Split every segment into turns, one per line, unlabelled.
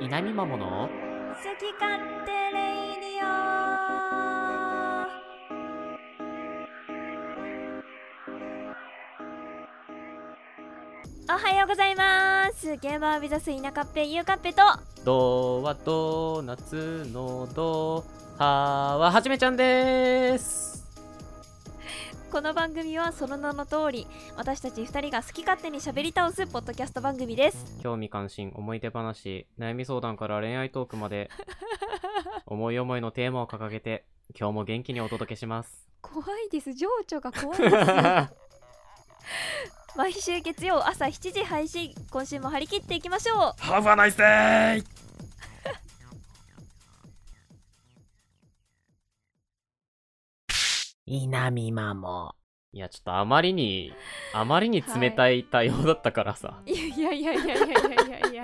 南まもの
好き勝手レイディオおはようございます現場を目指す田舎っぺゆうかっぺと
ドはドーナツのドはははじめちゃんです
この番組はその名の通り私たち二人が好き勝手に喋り倒すポッドキャスト番組です
興味関心思い出話悩み相談から恋愛トークまで思い思いのテーマを掲げて今日も元気にお届けします
怖いです情緒が怖いですよ 毎週月曜朝7時配信今週も張り切っていきましょう
Have a nice day!
南マモ。
いやちょっとあまりにあまりに冷たい対応だったからさ、
いやいやいやいやいやいやいやい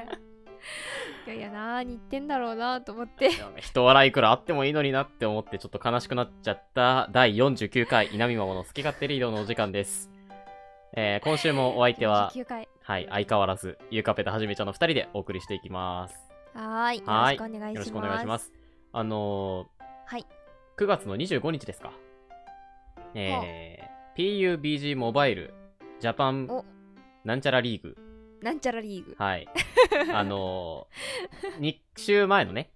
やいや何言ってんだろうなと思って
いや人笑いくらいあってもいいのになって思ってちょっと悲しくなっちゃった第49回稲見ママの好き勝手リードのお時間です、えー今週もお相手は、
9回
はい、相変わらずゆうかぺとはじめちゃんの2人でお送りしていきます
はーい
はーい
よろしくお願いします
よろしくお願いしますあのー
はい
9月の25日ですかえー、PUBG モバイルジャパン
お
なんちゃらリーグ
なんちゃらリーグ
はい。あのー、2週前のね、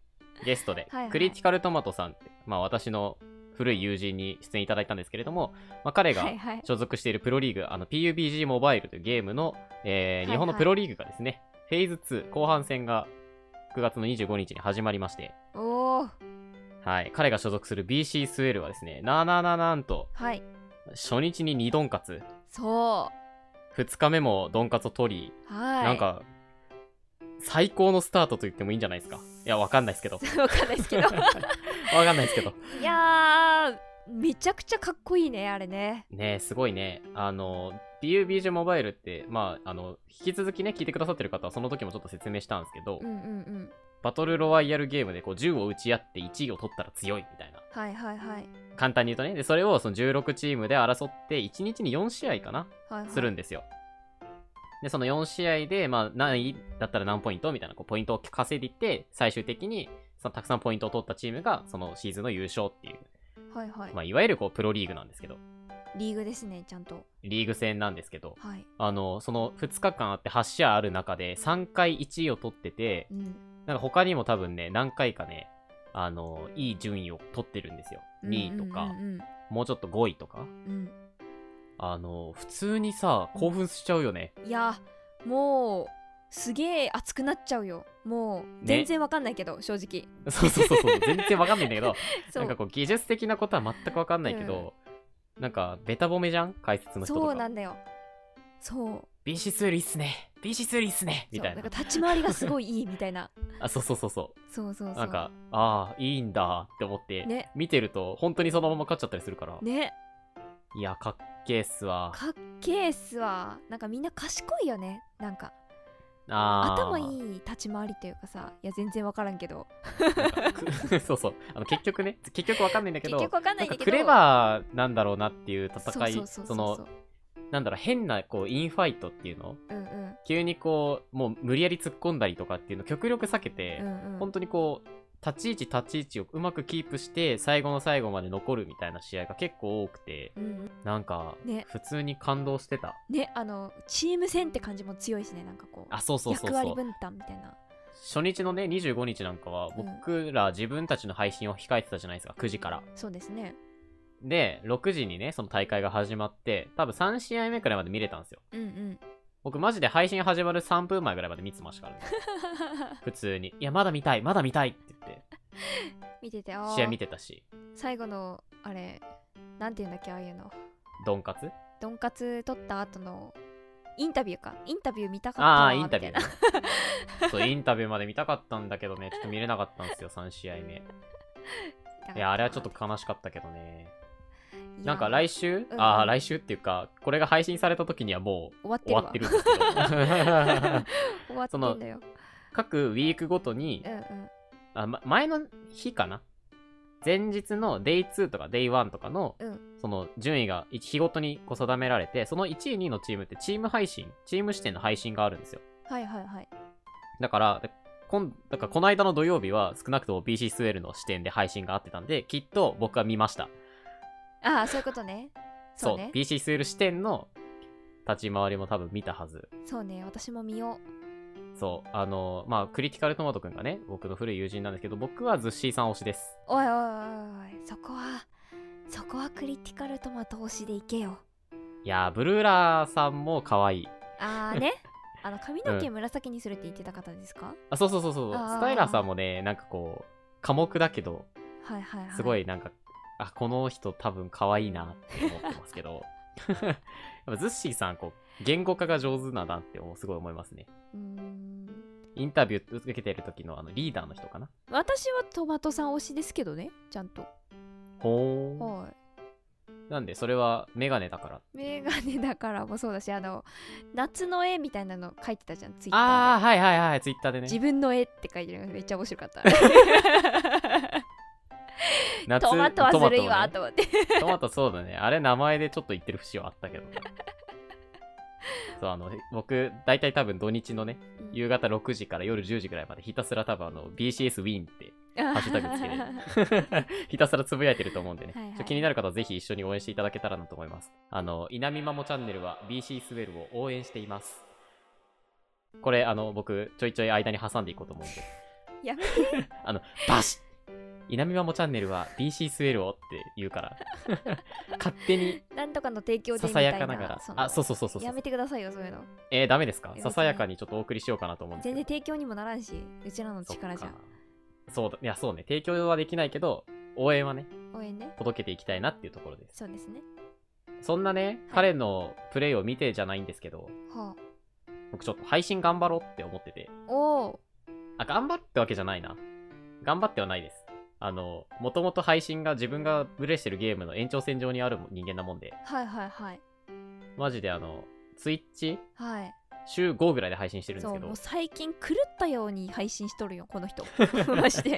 ゲストで、
はいはい
クリティカルトマトさんって、まあ私の古い友人に出演いただいたんですけれども、まあ彼が
はいはい
所属しているプロリーグ、あの PUBG モバイルというゲームの、えー
はいはい
日本のプロリーグがですね、フェーズ2後半戦が9月の25日に始まりまして、
おお
はい、彼が所属する BC スウェルはですね、なあなあなあなんと、
はい
初日に2ドンカツ、
そ
2日目もドンカツを取り、
うはい
なんか、最高のスタートと言ってもいいんじゃないですか。いや、わかんないですけど。わ
わかんないですけ ど
かんないですけど。
いやーめちゃくちゃかっこいいねあれね
ねえすごいね。あの、BUBG モバイルって、まあ、あの、引き続きね、聞いてくださってる方はその時もちょっと説明したんですけど、
うんうんうん
バトルロワイヤルゲームでこう銃を撃ち合って1位を取ったら強いみたいな。
はいはいはい
簡単に言うとね、で、それをその16チームで争って、1日に4試合かな
はいはい
するんですよ。で、その4試合で、まあ、何位だったら何ポイントみたいな、こう、ポイントを稼いでいって、最終的に、そのたくさんポイントを取ったチームが、そのシーズンの優勝っていう、
はいはい、
まあ、いわゆるこう、プロリーグなんですけど、
リーグですねちゃんと
リーグ戦なんですけど、
はい
あの、その2日間あって8試合ある中で、3回1位を取ってて
う、ん
なんか他にも多分ね、何回かね、あの、いい順位を取ってるんですよ。2位とか
う、ん
もうちょっと5位とか。
うんうん、
あの、普通にさ、興奮しちゃうよね。
うんいやもうすげえ熱くなっちゃうよもう全然わかんないけど、正直
そうそうそうそう、全然わかんないんだけど、
そ
なんか
う
こう技術的なことは全くわかんないけど、なんかベタ褒めじゃん解説の人と
そうな
か。
んだよそう
BC ツールいいっすね !BC ツールいいっすねみたい
そ
な
う。んか立ち回りがすごいいいみたいな
あ、そうそうそうそ
そうそうそう
う。なんか、ああ、いいんだって思って、
ね
見てると本当にそのまま勝っちゃったりするから。
ね
いや、かっけーっすわ。
かっけえっすわなんかみんな賢いよねなんか
あー
頭いい立ち回りというかさいや全然わからんけど
なんかく そうそう。あの結局ね、結局わかんないんだけ
結
ど、
局わかん
な
な
いん
んだ
か
けど
クレバーなんだろうなっていう戦い、
そうそうそうそう
の、なんだろう、変なこうインファイトっていうの
うんうん
急にこうもう無理やり突っ込んだりとかっていうのを極力避けて、
うんうん
本当にこう立ち位置立ち位置をうまくキープして最後の最後まで残るみたいな試合が結構多くて
うんうん
なんか
ね
普通に感動してた、
ねあのチーム戦って感じも強いしねなんかこう
あそうそうそう
役
そ
割
う
分担みたいな
初日のね25日なんかは僕ら自分たちの配信を控えてたじゃないですか9時から
そうですね
で6時にねその大会が始まって多分3試合目くらいまで見れたんですよ
うんうん
僕マジで配信始まる3分前ぐらいまで見てましたからね普通にいやまだ見たいまだ見たいって言って
見てて あー
試合見てたし
最後のあれなんていうんだっけああいうの
ドンカツ
ドンカツ取った後のインタビューかインタビュー見たかった
あ
わ
あー、インタビュ
みたいな
ー、 ね。そう、インタビューまで見たかったんだけどね、ちょっと見れなかったんですよ、3試合目。いや、あれはちょっと悲しかったけどね。
いや
なんか来週、
うん
ああ、来週っていうか、これが配信された時にはも
終わっ
う終
てる
わ
わ
っ てるんですけど。
終わってんだよ
各ウィークごとに
う、んうん
あま前の日かな前日の Day2 とか Day1 とかの、
うん
その順位が一日ごとにこう定められて、その1位、2位のチームってチーム配信、チーム視点の配信があるんですよ。
はいはいはい
だから、今、だからこの間の土曜日は少なくとも BC スウェルの視点で配信があってたんで、きっと僕は見ました。
ああそういうことねそうね
BC スウェル視点の立ち回りも多分見たはず。
そうね私も見よ
そう、あの、まあ、クリティカルトマトくんがね、僕の古い友人なんですけど、僕はズッシーさん推しです。
うおいおいおいおいそこはそこはクリティカルトマト推しでいけよ
いやー、ブルーラーさんも可愛い。
あ ーねあの髪の毛紫にするって言ってた方ですか、
あ、そうそうそうそう、
あー
スタイラーさんもね、なんかこう、寡黙だけど、
はいはいはい
すごいなんか、あ、この人多分可愛いなって思ってますけど、 やっぱズッシーさん、こう、言語化が上手だなってすごい思いますね。
うーん
インタビュー受けてる時のあのリーダーの人かな。
私はトマトさん推しですけどねちゃんと
ほ
はい
ー。なんで、それはメガネだから。
メガネだからもそうだしあの夏の絵みたいなの書いてたじゃんツイッター
あ
で
ー、はいはいはい、ツイッターで
自
ね。
分の絵って書いてるのがめっちゃ面白かった
夏
トマトはずるい
トマ
わ
ト
と思って
トマトそうだね。あれ名前でちょっと言ってる節はあ ったけどね。そう、あの、僕、大体多分土日のね、夕方6時から夜10時ぐらいまでひたすら多分あの、BCS ウィンって、ハッシュタグつけ
は
て、ひたすらつぶやいてると思うんでね。
はいはい
ちょっと気になる方はぜひ一緒に応援していただけたらなと思います。あの、稲見マモチャンネルは BC スウェルを応援しています。これ、あの、僕、ちょいちょい間に挟んでいこうと思うんで。
やめ
て。 あの、バシッ稲見マモチャンネルは BC スウェルをって言う から、勝手に
なんとかの提供で
さ
み
さ
たい
や
な
かながら。
の
あ、そうそうそうそうそう
やめてくださいよそういうの
えー、ダメですか
別
さ
に
さやかにちょっとお送りしようかなと思うんですけ
全
ど
然提供にもならんしうちらの
そっ
力じゃ
かそうだいやそうね提供はできないけど応援はね
応援ね
届けていきたいなっていうところです
そうですね
そんなね彼のプレイを見てじゃないんですけど
は
僕ちょっと配信頑張ろうって思ってて
あおお
あ頑張るってわけじゃないな頑張ってはないですあのもともと配信が自分がプレイしてるゲームの延長線上にある人間なもんで
はいはいはい
マジであのツイッチ
はい
週5ぐらいで配信してるんです
そ
け
うも
ど
う最近狂ったように配信しとるよこ の人まして
い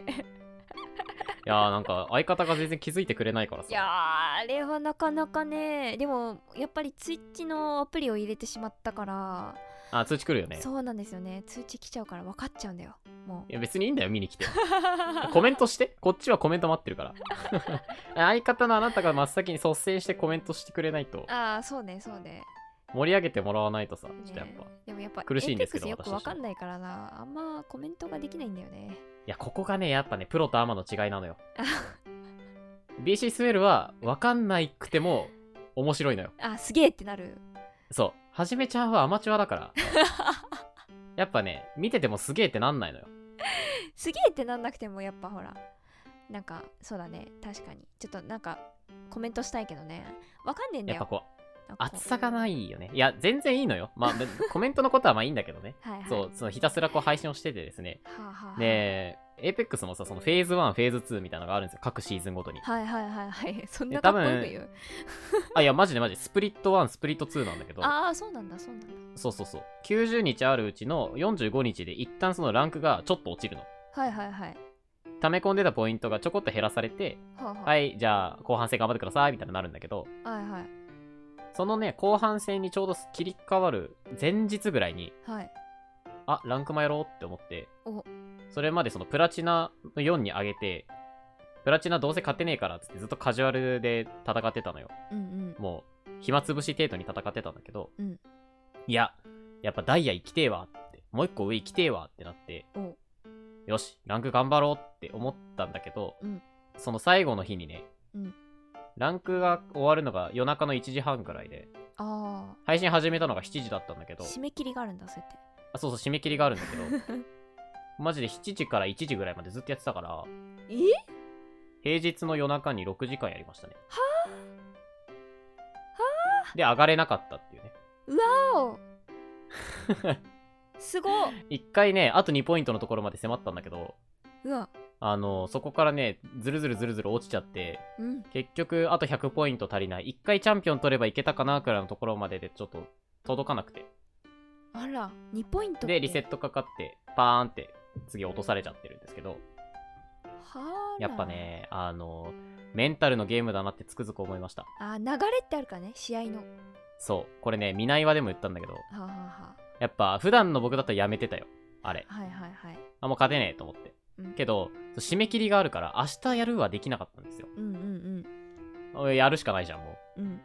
やーなんか相方が全然気づいてくれないからさ
いやーあれはなかなかねでもやっぱりツイッチのアプリを入れてしまったから、
あ通知来るよね
そうなんですよね通知来ちゃうから分かっちゃうんだよも
いや別にいいんだよ見に来て
う
コメントして。こっちはコメント待ってるから。相方のあなたが真っ先に率先してコメントしてくれないと、
ああそうねそうね
盛り上げてもらわないとさ、ちょっとやっぱ。
ねでもやっぱ
苦しいんですけど
Apex よく
私と
分
しては
かんないからなあんまコメントができないんだよね
いや、ここがね、やっぱね、プロとアマの違いなのよ。BC スウェルは、わかんないくても、面白いのよ。
あすげえってなる
そう。はじめちゃんはアマチュアだ から。やっぱね、見ててもすげえってなんないのよ。
すげえってなんなくてもやっぱほらなんかそうだね確かにちょっとなんかコメントしたいけどね分かんねえんだ
やっぱ
よ
こう、
なんかこう
厚さがないよね。いや、全然いいのよ。ま あ、コメントのことはまあいいんだけどね。
はいはい
そう、そのひたすらこう配信をしててですね、
はあはあはあ
で、APEX もさ、そのフェーズ1、フェーズ2みたいなのがあるんですよ、各シーズンごとに。
はいはいはいはいそん
で
なかっこよく
多
言う
あ、いや、マジでマジで、スプリット1、スプリット2なんだけど、
ああそうなんだそうなんだ
そうそうそう。90日あるうちの45日で一旦そのランクがちょっと落ちるの。
はいはいはい
溜め込んでたポイントがちょこっと減らされて、
はあはあ
はい、じゃあ後半戦頑張ってください、みたいになるんだけど、
はいはい
そのね、後半戦にちょうど切り替わる前日ぐらいに、
はい
あ、ランクマやろうって思って
お、
それまでそのプラチナの4に上げて、プラチナどうせ勝てねえからっつってずっとカジュアルで戦ってたのよ。
うんうん
もう暇つぶし程度に戦ってたんだけど、
うん
いややっぱダイヤ行きてえわってもう一個上行きてえわってなって
お
よしランク頑張ろうって思ったんだけど、
うん
その最後の日にね、
うん
ランクが終わるのが夜中の1時半くらいで
あ
配信始めたのが7時だったんだけ
あ
ど
締め切りがあるんだそうやって
あそうそう締め切りがあるんだけど マジで7時から1時ぐらいまでずっとやってたから
え
平日の夜中に6時間やりましたねで上がれなかったっていうね
おすごっ
一回ね、あと2ポイントのところまで迫ったんだけど、
うわ
あの、そこからね、ずるずるずるずる落ちちゃって、
うん
結局、あと100ポイント足りない。一回チャンピオン取ればいけたかな、くらいのところまでで、ちょっと、届かなくて。
あら2ポイントって
で、リセットかかって、パーンって、次落とされちゃってるんですけど、
はあ
や
ら
っぱね、あの、メンタルのゲームだなってつくづく思いました。
あー流れってあるからね試合のは
そう。これね、見ないわでも言ったんだけど、
あはあはあ
やっぱ、普段の僕だったらやめてたよ。あれ。
はいはいはい。
あ、もう勝てねえと思って。
うん
けど、締め切りがあるから、明日やるはできなかったんですよ。
うんうん
おいやるしかないじゃん、もう。
うんうん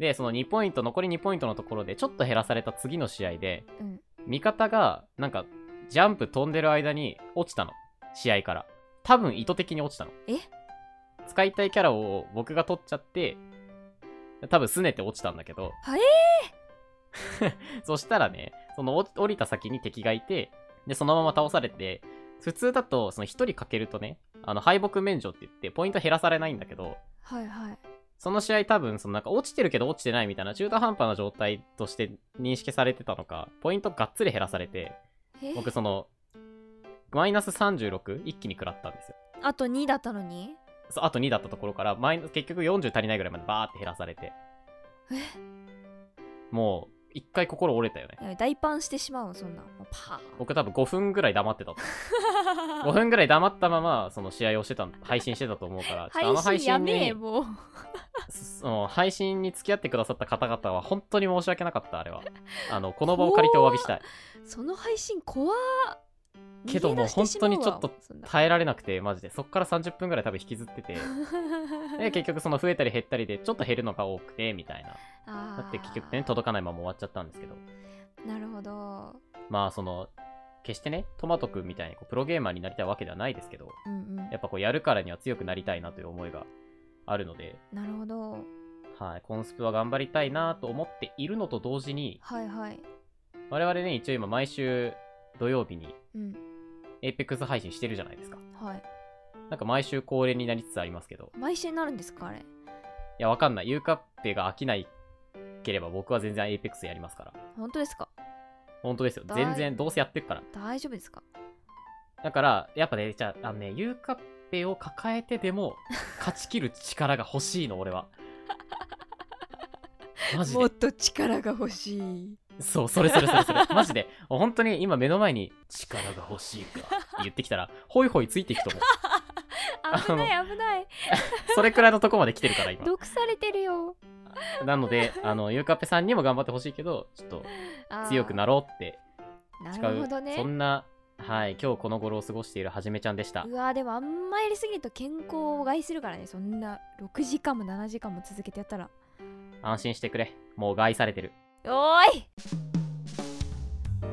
で、その2ポイント、残り2ポイントのところで、ちょっと減らされた次の試合で、
うん
味方が、なんか、ジャンプ飛んでる間に落ちたの。試合から。多分意図的に落ちたの。
え
使いたいキャラを僕が取っちゃって、多分拗ねて落ちたんだけど。
はえ
そしたらね、そのお降りた先に敵がいて、で、そのまま倒されて、普通だと、その1人かけるとね、あの、敗北免除って言って、ポイント減らされないんだけど、
はいはい。
その試合多分、そのなんか落ちてるけど落ちてないみたいな中途半端な状態として認識されてたのか、ポイントがっつり減らされて、
え
僕その、マイナス36一気に食らったんですよ。
あと2だったのに
そうあと2だったところから、マイナス結局40足りないぐらいまでバーって減らされて、
え
もう、一回心折れたよね。
いや大パンしてしまうのそんなんもうパ
僕多分5分ぐらい黙ってたと思う。5
ーン
分ぐらい黙ったまま、その試合をしてたん、配信してたと思うから、ちょっとあの
配信やめえ
に、
もう
その配信に付き合ってくださった方々は本当に申し訳なかった、あれは。あの、この場を借りてお詫びしたい。
その配信怖っ
けど
逃げ出してしま
もう本当にちょっと
うわそんな
耐えられなくて、マジで。そっから30分ぐらい多分引きずってて。 で、結局その増えたり減ったりで、ちょっと減るのが多くて、みたいな。
あー
だって結局ね、届かないまま終わっちゃったんですけど。
なるほど
まあ、その、決してね、トマトくんみたいにこうプロゲーマーになりたいわけではないですけど、
うんうん
やっぱこうやるからには強くなりたいなという思いがあるので、
なるほど
はい、コンスプは頑張りたいなと思っているのと同時に、
はいはい
我々ね、一応今毎週土曜日に
うん
エイペックス配信してるじゃないですか。
はい
なんか毎週恒例になりつつありますけど、
毎週になるんですかあれ
いや、わかんない。ユーカッペが飽きないければ僕は全然 APEX やりますから。
本当ですか
本当ですよ。
だい
全然、どうせやってるから。
大丈夫ですか
だから、やっぱね、じゃあ、あのね、ユーカッペを抱えてで も、勝ち切る力が欲しいの、俺は。マジ
もっ
で。
と力が欲し い
そう、それそれそれそれ。マジで。本当に今目の前に、力が欲しいか。言ってきたら、ホイホイついていくと思う。
危ない危ない
それくらいのとこまで来てるから、今。
毒されてるよ
なので、あの、ユーカッペさんにも頑張ってほしいけど、ちょっと強くな
る
ろうって
な
誓
る
う
ほどね
そんな、はい、今日この頃を過ごしているはじめちゃんでした
う。わーでもあんまやりすぎると健康を害するからねそんな6時間も7時間も続けてやったら
安心してくれ。もう害されてる。
おーい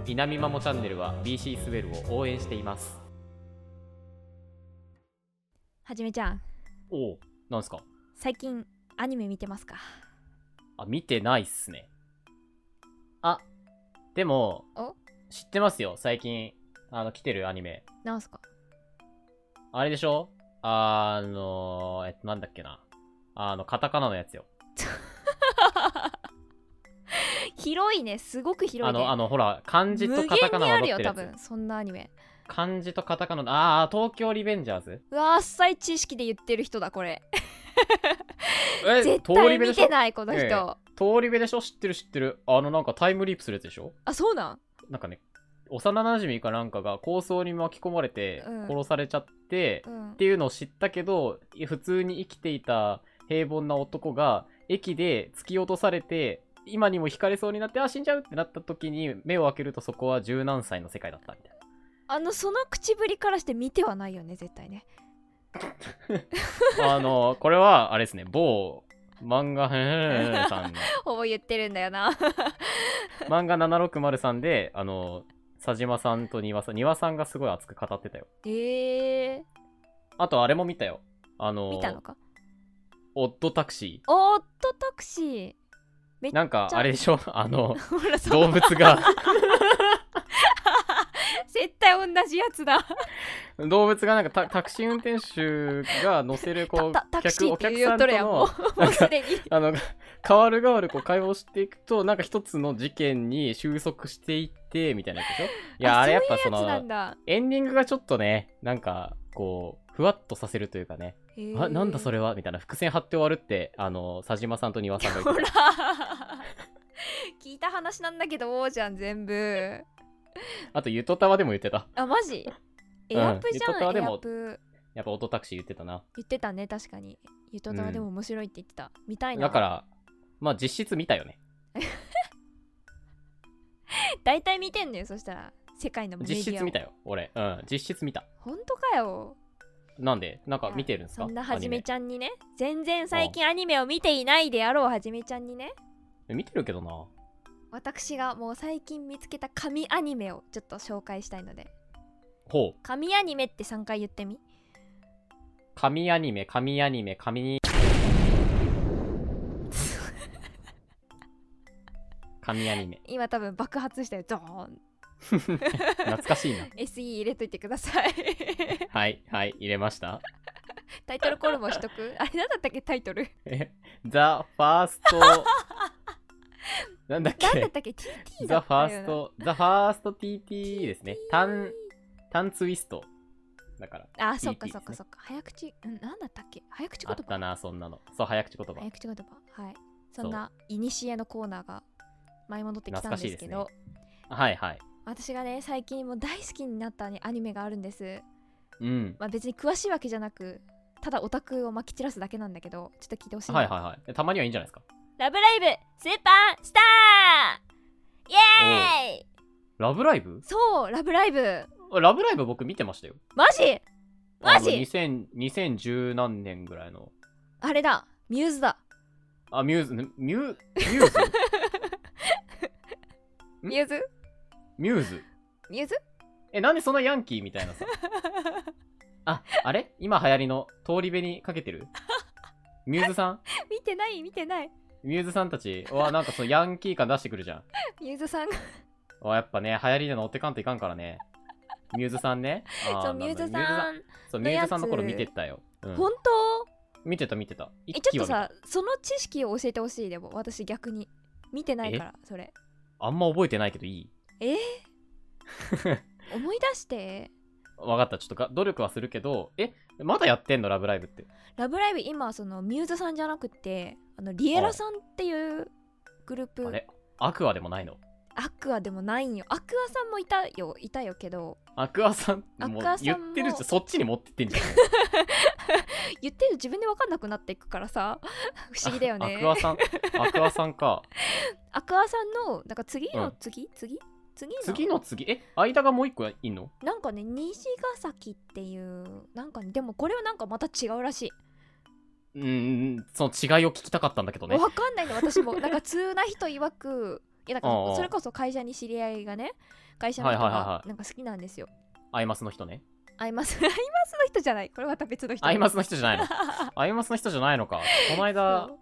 南マモチャンネルは BC スウェルを応援しています。
はじめちゃん
おお、なんすか
最近アニメ見てますか
あ、見てないっすね。あ、でも
お、
知ってますよ、最近、あの、来てるアニメ。
なんすか
あれでしょあの、えっと、なんだっけな。あの、カタカナのやつよ。
広いねすごく広
あ
いね
の、あの、ほら、漢字とカタカナを取っ
無限に
て
あ
る
るよ多
やつ。
分そんなアニメ
漢字とカタカナの、ああ、東京リベンジャーズ
うわー浅い知識で言ってる人だこれ
え
絶
通り
対
部で
見
しょ
てないこの人、
ええ通り部でしょ知ってる知ってる。あのなんかタイムリープするやつでしょ
あそうなん
なんかね、幼馴染かなんかが抗争に巻き込まれて
うん
殺されちゃって、
う
っ
ん
ていうのを知ったけど、普通に生きていた平凡な男が駅で突き落とされて、今にも惹かれそうになって、あ、死んじゃうってなった時に目を開けるとそこは十何歳の世界だったみたい
あのその口ぶりからして見てはないよね絶 対ね
な。あの、これはあれですね、某漫画、さ んの
ほぼ言ってるんだよな
漫画760さんで、あの、佐島さんと庭さん、庭さんがすごい熱く語ってたよ。
えー、
あとあれも見たよ。あの、
見たのか
オッドタクシ
おーっとタクシー
ー。なんかあれでしょ あの、
ほらそ
動
う
物 が、
絶対同じやつだ
動物がなんかタタクシー運転手が乗せるこう
タタタ、クシ
客、
ー
お
って
客
言
さん
うよと
と
るやんも
の、
うもうすでに
あの、変わる変わるこう会話をしていくと、なんか一つの事件に収束していって、みたいなやつでしょいや、あれやっぱそ
そういうやつな
の
ん、だ
エンディングがちょっとね、なんか、こう、ふわっとさせるというかね、あ、なんだそ
れ
れはみたいな伏線張って終わるって、あの、佐島さんと庭さんが言
ほ
って
ら 聞いた話なんだけどじゃん全部
たあと、ゆとたわでも言ってた。
あマジエアプじゃ
ゆと
ん、
たわ
エ
でも
アプ
やっぱ、オトタクシー言ってたな。
言ってたね確かにゆとたわでも面白いって言ってた、見たいな
だから、まあ実質見たよね。
大体見てんのよそしたら世界のメディア
実質見た
よ
よ、俺。うん、実質見た。
本当かよ
なんで、なんか見てるんですか
そんなはじ
ア
め
ニ
ちゃんにね全然最近アニメを見ていないであろうはじめちゃんにね
メ見てるけどな。
私がもう最近見つけた神アニメをちょっと紹介したいので
ほう。
神アニメって3回言ってみ
神アニメ、神アニメ、神 神アニメ。
今多分爆発したよドーン
懐か しいな。
SE 入れといてくだ さい
はい、はい、入れました。
タイトルコールもしとくあれなんだったっけタイ トル
え、ザ・ファースト。なんだっ
なんだっ
け
たっけ TT だ
ザ・
っ
ファ
たよな
ースト、ザ・ファースト TT ですね。タン、タンツイスト。だから。
あそっか
TT
そっかそっか早口うんなんだったっけ早口
あ
言
っ
葉
たな、そんなの。そう、早口言葉
早。口言葉はいそんな古のコーナーが前戻ってきたんですけど
懐はい、はい。
私がね最近もう大好きになったねアニメがあるんです、
うん。
まあ、別に詳しいわけじゃなくただオタクをまき散らすだけなんだけどちょっと聞いてほしいな
はい、はい、はい。たまにはいいんじゃないですか。
ラブライブスーパースターイエーイ
ラブライブ
そうラブライブ
ラブライブ僕見てましたよ。
マジマジ
あの2000 2010何年ぐらいの。
あれだミューズだ
あ、ミューズ、ミュー、ミ ューズん
ミューズ
ミューズ。
ミューズ
え、なんでそんなヤンキーみたい なさ。あ、あれ今流行りの通り部にかけ てるミューズさん
見てない見てない
ミューズさんたち、わ、なんかそのヤンキー感出してくるじゃん。
ミューズさんが
わ、やっぱね、流行りで乗ってかんといかんからね。ミューズさんね。あ
そう
なんだ
ミューズ
ミューズ
さん
そう、ミューズさんの頃見てたよ。うん
本当
見てた見てた。
え
一
ちょ
期
っ
は見
と
た
さその知識を教えてほしいでも私逆に見てないからそれ
あんま覚えてないけどいい
えー思い出して
わかった、ちょっとが努力はするけど、え、まだやってんの、ラブライブって。
「ラブライブ!」今そのミューズさんじゃなくてあのリエラさんっていうグルー
あ
プ
れアクアでもないの
アクアでもないんよアクアさんもいたよいたよけど
アクアさん、
ア
もう
クアさん
言
も
ってるじゃん、そっちに持ってってんじゃん。
言ってる自分で分かんなくなっていくからさ 不思議だよね
アクアさん、アクアさんか。
アクアさんのなんか次
う
の
ん
次、次次の
次の次、え、間がもう一個いんの
なんかね西ヶ崎っていうなんかねでもこれはなんかまた違うらしい
うんうん、その違いを聞きたかったんだけどね。
わかんないの私 もなんか通な人曰くいやなん
うんう
か
ん
それこそ会社に知り合いがね会社の人
はいはいはい
が
はい
なんか好きなんですよ、
アイマスの人ね。
アイマス アイマスの人じゃないこれまた別の人
アイマスの人じゃない の。アイマスの人じゃないのか。この間
そう、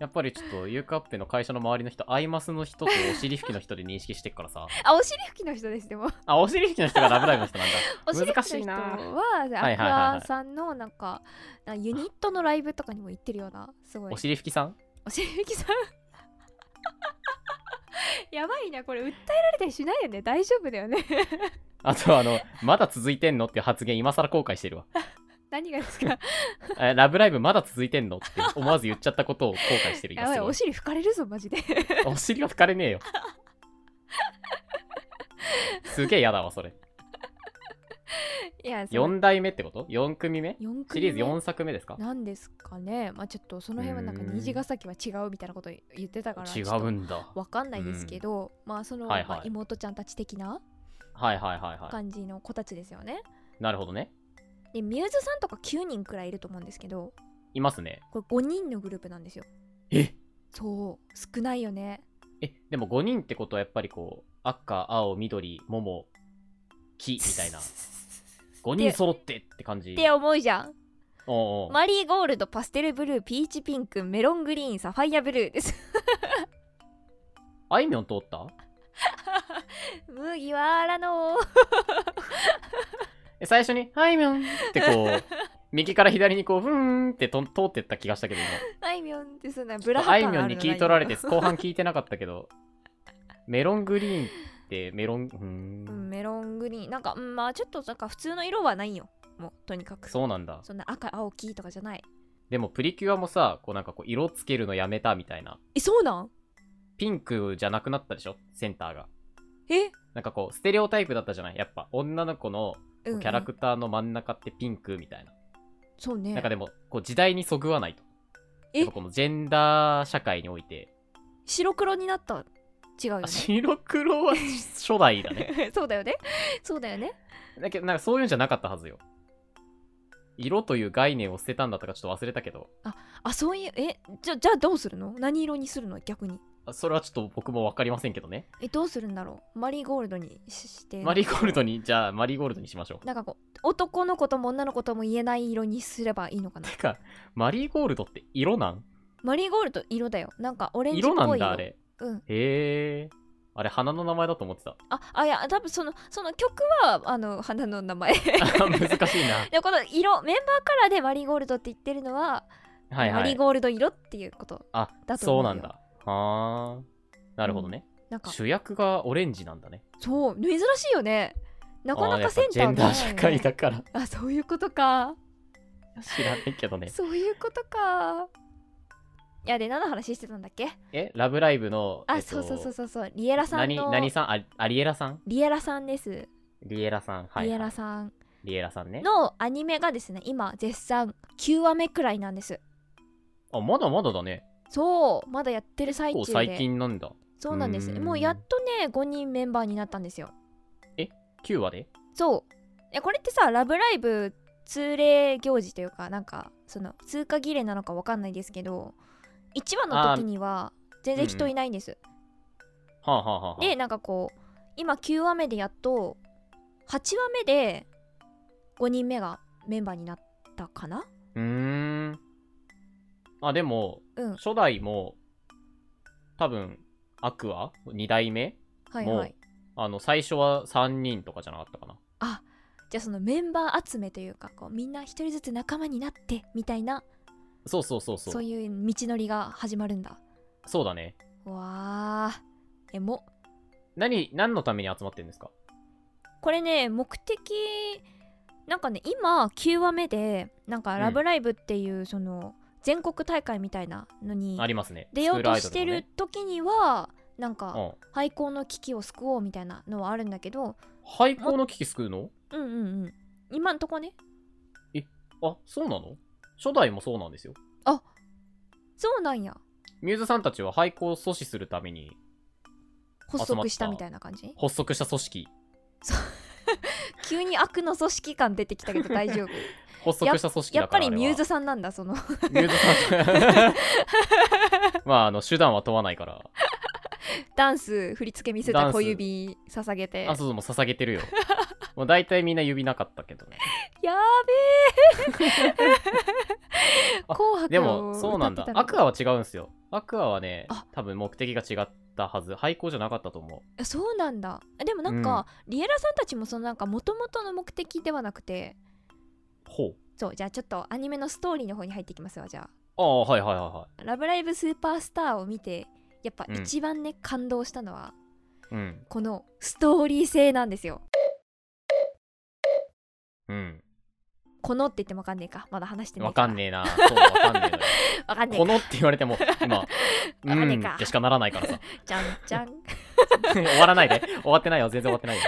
やっぱりちょっと、ユーカッペの会社の周りの人、アイマスの人とお尻拭きの人で認識してっからさ。
あお尻拭きの人ですでも
あ、お尻拭きの人がラブライブの人なんだ。
お尻拭 きの
難しい
人
な
は
はいはいはいはい
アクアさんのなんかなんかユニットのライブとかにも行ってるようなすごい
お尻拭きさん
お尻拭きさん やばいなこれ訴えられたりしないよね大丈夫だよね
あとあの、まだ続いてんのっていう発言今更後悔してるわ。
何がですか
えラブライブまだ続いてんのって思わず言っちゃったことを後悔してる
や
今
ば
す
い
ごい
お尻拭かれるぞマジで
お尻は拭かれねえよ。すげえ嫌だわ、それ。
いやそれ
4代目ってこと ?4 組目
四組目
シリーズ4作目ですか
なんですかね、まあ、ちょっとその辺はなんか
うーん
虹ヶ崎は違うみたいなこと言ってたから
違
ちょっと
うんだ。
わかんないですけど、まあその、
はいはい
まあ妹ちゃんたち的な
はいはいはいは
感じの子たちですよね。
い。なるほどね。
でミューズさんとか9人くらいいると思うんですけど
いますね。
これ5人のグループなんですよ。
え
そう少ないよね。
え、でも5人ってことはやっぱりこう、赤、青、緑、桃、木み たいな
っ。
5人揃ってって感じ。
て思うじゃん。
おうおう
マリーゴールドパステルブルーピーチピンクメロングリーンサファイアブルーです。
あいみょん通った
麦わらの
え最初に、はいみょんってこ う、右から左にこう、ふーんってとん通ってった気がしたけど、
あいみょんってそんなブラ
今。
ハ
あ
感
いみ
あるの
ょんに聞い取られて、
ないよ
後半聞いてなかったけど、メロングリーンってメロン、うー、
うんん、メロングリーンなんか、うん、まあちょっとなんか普通の色はないよもうとにかく
そうなんだ。
そんな赤青黄とかじゃない
でもプリキュアもさ、こうなんかこう、色つけるのやめたみたいな。
えそうなん
ピンクじゃなくなったでしょセンターが。
え
なんかこう、ステレオタイプだったじゃないやっぱ、女の子の
う
キ
んうん
ャラクターの真ん中ってピンクみたいな。
そうね
なんかでも、こう、時代にそぐわないと。
え
やっぱこのジェンダー社会において、
白黒になった違うよ
あ
ね
白黒は初代だね。
そうだよねそうだよね
だけど、なんかそういうんじゃなかったはずよ。色という概念を捨てたんだとかちょっと忘れたけど、
あそういうえじゃじゃあどうするの何色にするの逆に
あそれはちょっと僕もわかりませんけどね。
えどうするんだろうマリーゴールドにしして
マリーゴールドに、じゃあマリーゴールドにしましょう。
なんかこう男の子とも女の子とも言えない色にすればいいのかな
てか、マリーゴールドって色なん
マリーゴールド色だよなんかオレンジっぽ
色
い
なんだ、あれ。
うん
へえ。あれ、花の名前だと思ってた。
ああいや多分そのその曲はあの花の 名前
あ難しいな。
でこの色メンバーカラーでマリーゴールドって言ってるのは、
はい
マ
は
リー
い。
ゴールド色っていうこと
あ
だ、と思
そうな
うよ
んだ。はあ。なるほどね。
なんか
主役がオレンジなんだね。
そう珍しいよねなかなかセンタ
あ
ー
やっぱジェンダ
がな
ー
いよね
社会だから。
あそういうことか
知らないけどね。
そういうことかいやで何の話してたんだっけ
え、ラブライブの。
あ、
えっと
そうそうそうそうそうリエラさん
何、
の
何さんあアリエラさん
リエラさんです、
リエラさん。はい、はい。
リエラさん
リエラさんね。
のアニメがですね今絶賛9話目くらいなんです
あ、まだまだだね。
そうまだやってる最
結
中
構
で
最近なんだ。
そうなんです
うーん
もうやっとね5人メンバーになったんですよ
9話で
そうえこれってさ「ラブライブ!」通例行事というかなんかその通過儀礼なのかわかんないですけど1話の時には全然人いないんです、
はあ、はあはあはあ、
でなんかこう今9話目でやっと8話目で5人目がメンバーになったかな
うーん。あ、でも、
うん
初代も、多分、アクア ?2 代目
はい
も
は
う
い
あの、最初は3人とかじゃなかったかな。
あじゃあそのメンバー集めというかこうみんな一人ずつ仲間になってみたいな
そうそうそうそう。
そういう道のりが始まるんだ
そうだね。
わあえも
何、何のために集まってんですか
これね目的なんかね今9話目でなんか「
うん
ラブライブ!」っていうその全国大会みたいなのに
ありますね。
出ようとしてる
ス
時にはなん
クールアイドル
か
のね。
廃校の危機を救おうみたいなのはあるんだけど
うん。廃校の危機救うの
うんうんうん今んとこね
あ、そうなの初代もそうなんですよ。
そうなんや
ミューズさんたちは廃校を阻止するために
発足した
集まった
みたいな感じ
発足した組織、
急に悪の組織感出てきたけど大 丈夫
発足した組織
や
だ
っぱ
から
りミューズ
ズ
さんなんだその
ミューズさん まあ、あの、手段は問わないから。
ダンス振り付け見せ
ダン
た
ス
小指捧げて
あ、そうそう、もう捧げてるよ。 もう大体みんな指なかったけどね。
や べえ
あ
紅白を
でも、そうなんだ
歌って。た
ア
のか
クアは違うんですよ。アクアはね
あ、
多分目的が違ったはず。廃校じゃなかったと思
えそうなんだえでもなんか、リエラさんたちもそのなんか元々の目的ではなくて
う。ほ
そうじゃあちょっとアニメのストーリーの方に入っていきますわじゃ
う。ああ、はいはいはいは
あ「ラブライブスーパースター」を見てやっぱ
うん。
一番ね、感動したのはい
うん。
このストーリー性なんですよ
うん。
このって言ってもわかんねえかまだ話してな
わ
いら
かんねえな。そう、わかんねえのよ
わ かんねえ
こ
か
のって言われても、 今、う
わかんねえ
ん、
か
でしかならないからさ。
じゃんじゃん
終わらないで。終わってないよ。全然終わってないよ。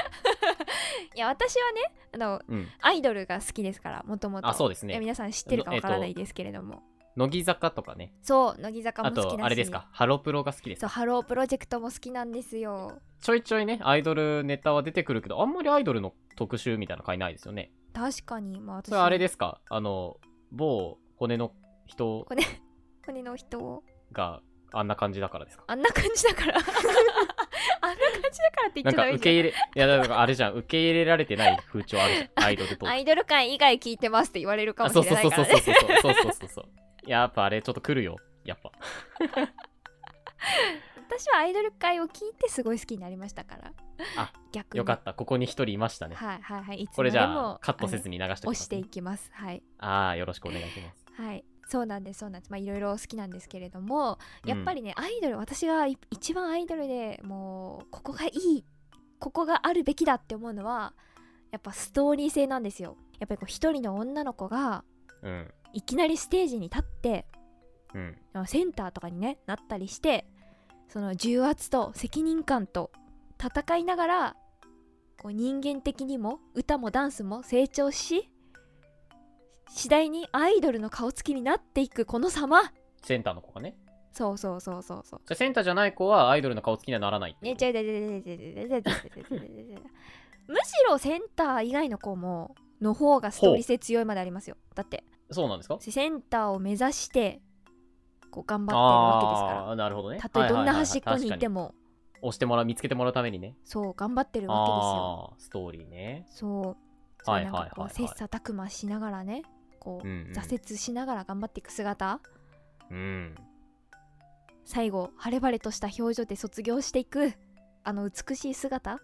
いや私はねあの
うん。
アイドルが好きですからもともと
あ、そうですね。
皆さん知ってるかわから
の
な
え
い
っ
ですけれども、
乃木坂とかね。
そう乃木坂も
あ
好きだし
と、あれですか。ハロプロが好きです
そう。ハロープロジェクトも好きなんですよ
ちょいちょいね、アイドルネタは出てくるけど、あんまりアイドルの特集みたいなの買いないですよね。
確かにまあ私
それあれですかあの、某骨の人
骨の人を
があんな感じだからですか
あんな感じだから あんな感じだからって言
な
っ
ん
ちゃダ
か受
メじゃ
け入れ、いやだからあれじゃん、受け入れられてない風潮あるじ ゃん、アイドルと
ん。アイドル界以外聞いてますって言われるかもしれないから
そう
ね
そうそうそうそうそうそうそう。やっぱあれちょっと来るよ、やっぱ。
私はアイドル界を聞いてすごい好きになりましたから
あ
逆に
よかった、ここに一人いましたね。
はいはいはいいつ
こ
まで
れ
も
じゃあ、カットせ
あ
ずに流して
の
おきま
押し
す
て
ね、
いきますはい
ああ、よろしくお願いします。
はいそうなんですそうなんですまあいろいろ好きなんですけれどもやっぱ
り、
りね、アイドル私がい一番アイドルでもうここがいいここがあるべきだって思うのはやっぱストーリー性なんですよやっぱりこう一人の女の子が
うん。
いきなりステージに立って
うん。
センターとかに、ね、なったりしてその重圧と責任感と戦いながらこう人間的にも歌もダンスも成長し次第にアイドルの顔つきになっていくこの様
センターの子がね。
そうそうそうそうそう
じゃあセンターじゃない子はアイドルの顔つきにはならないって
ね
こ
ち
と
ゃうちゃうちゃうちゃうちゃうちゃうちゃうちゃうちゃうちゃうちゃうむしろセンター以外の子もの方がストーリー性強いまでありますよだって
そうなんですか
センターを目指してこう頑張ってるわけですから
ああーなるほどね
たとえどんな端っこにいて
も
も
押してもらう見つけてもらうためにね
そう頑張ってるわけですよ
ああーストーリーね
そうそう
はい
なんかこ
は
う
いはい
切
はい
磋琢磨しながらねこう
うんうん
挫折しながら頑張っていく姿
うん
最後晴れ晴れとした表情で卒業していくあの美しい姿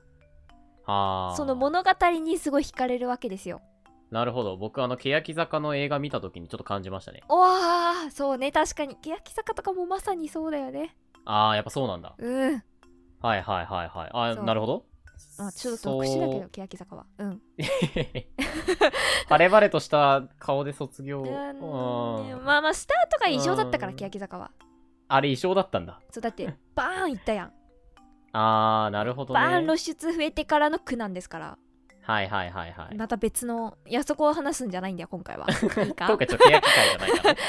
ああ
その物語にすごい惹かれるわけですよ
なるほど僕あの欅坂の映画見た時にちょっと感じましたね
おわそうね確かに欅坂とかもまさにそうだよね
ああやっぱそうなんだ
うん
はいはいはいはいあ
そ
ー
う
なるほど
まあちょっと特殊だけ
そ
ど
う
欅坂はうん
バレバレとした顔で卒業
うん
うん
まあまあスタートが異常だったから
うん
欅坂は
あれ異常だったんだ
そうだってバーンいったやん
ああなるほどね
バーン露出増えてからの苦難ですから
はいはいはいはい
また別のいやそこを話すんじゃないんだよ今回は いいか
今回ちょっと欅会じゃないからね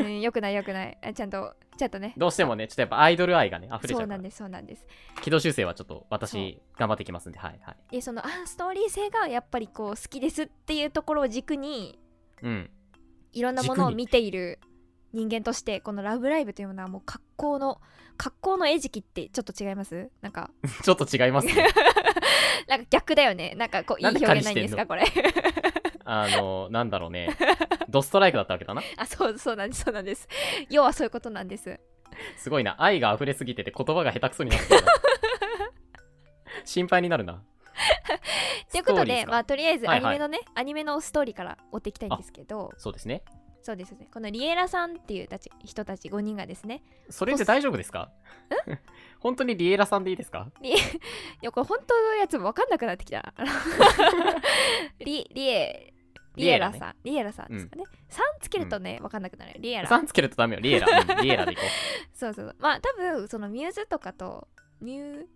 うんよくないよくないあちゃんとちゃんとね
どうしてもねちょっとやっぱアイドル愛がね溢れちゃ
そ
う
う
か
な
ら
んですそうなんです
軌道修正はちょっと
そ
私頑張ってきますんではいはい
でそのあストーリー性がやっぱりこう好きですっていうところを軸に
うん
いろんなものを
軸に
見ている人間としてこの「ラブライブ!」というものはもう格好の格好の餌食ってちょっと違いますなんか
ちょっと違います ね
なんか逆だよねなんかこういい
なんで借
表現
り
ないんです
してん
かこれ
あのなんだろうねドストライクだったわけだな
あそうそうなんですそうなんです要はそういうことなんです
すごいな愛が溢れすぎてて言葉が下手くそになって るな心配になるな
というこ
ス
と
トーリー
で
か
まあとりあえず
は
ア
い
ニ
はい
メのね、アニメのストーリーから追っていきたいんですけど
そうですね
そうですねこのリエラさんっていうたち人たち5人がですね
それって大丈夫ですか 本当にリエラさんでいいですか
いやこれ本当のやつも分かんなくなってき たなリリエリエラさんリエラさんですかね、さんつけるとね分かんなくなるよリエラ
さんつけるとダメよリエラ、うんリエラでいこ
そうそうそうまあ多分そのミューズとかとミュー
う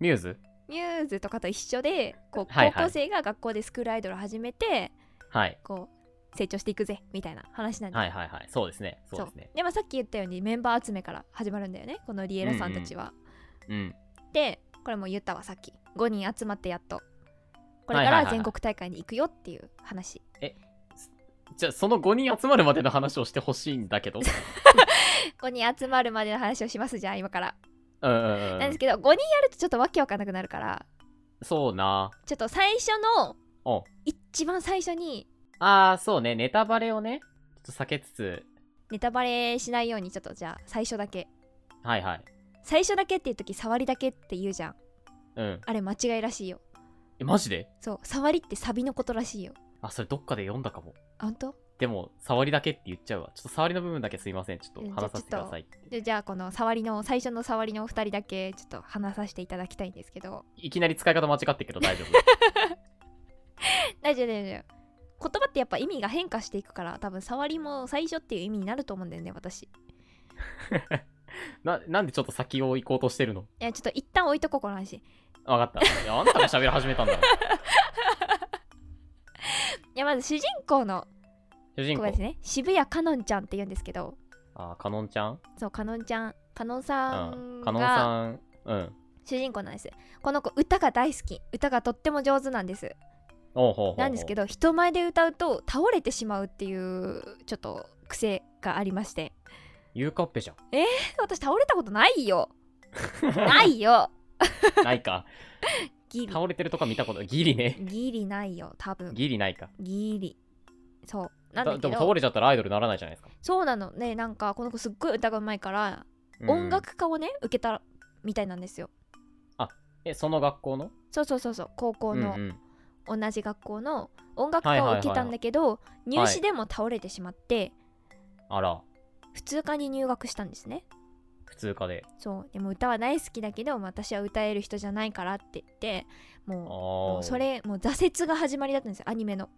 ミューズ
ミューズとかと一緒でこう
はい
高
はい
校生が学校でスクールアイドルを始めて、
はい
こう成長していくぜみたいな話なんで、
はいはいはいそうですねそうですね
でもさっき言ったようにメンバー集めから始まるんだよねこのリエラさんたちは、
うん
でこれも言ったわさっき5人集まってやっとこ
は
れか
いはいはい
ら
はい
全国大会に行くよっていう 話、
じゃあその5人集まるまでの話をしてほしいんだ けど
5人集まるまでの話をしますじゃあ今から、
うんうんうん
なんですけど5人やるとちょっとわけわかんなくなるから
そうな
ちょっと最初の
お
一番最初に
ああそうねネタバレをねちょっと避けつつ
ネタバレしないようにちょっとじゃあ最初だけ
はいはい
最初だけっていう時触りだけって言うじゃん
うん
あれ間違いらしいよ
えマジで
そう触りってサビのことらしいよ
あそれどっかで読んだかも
あ本当
でも触りだけって言っちゃうわちょっと触りの部分だけすいませんちょっ
うん
と話させてください
でじゃあこの触りの最初の触りのお二人だけちょっと話させていただきたいんですけど
いきなり使い方間違ってるけど大丈夫
大丈夫大丈夫言葉ってやっぱ意味が変化していくから多分触りも最初っていう意味になると思うんだよね私
ななんでちょっと先を行こうとしてるの
いやちょっと一旦置いとこうこの話い
わかったいやあんたが喋り始めた んだろ
やまず主人公の
主人
子がです
公
ね渋谷かのんちゃんって言うんですけど
あーかのんちゃん
そうかのんちゃんかのん
う
さ
ん
ん
かのん
が
さんうん
主人公なんですこの子歌が大好き歌がとっても上手なんです
おうほうほうほう
なんですけ
ど
ど人前で歌うと倒れてしまうっていうちょっと癖がありまして
ゆうかっぺじゃん
私倒れたことない よないよ
ないか
ギリ
倒れてるとか見たことギリね
ギリないよ多分
ギリないか
ギリそうな
だ
んだ
で
け
も倒
ど
れちゃったらアイドルならないじゃないですか
そうなのねなんかこの子すっごい歌がうまいから、
うん
音楽科をね受けたみたいなんですよ
えその学校の
そうそうそうそう高校の
うんうん
同じ学校の音楽
はいはいは
科
いはい
を受けたんだけど入試でも倒れてしまって
あら
普通科に入学したんですね
普通科で
そうでも歌は大好きだけど私は歌える人じゃないからって言って
あ
もうも
あ
うそれもう挫折が始まりだったんですよアニメの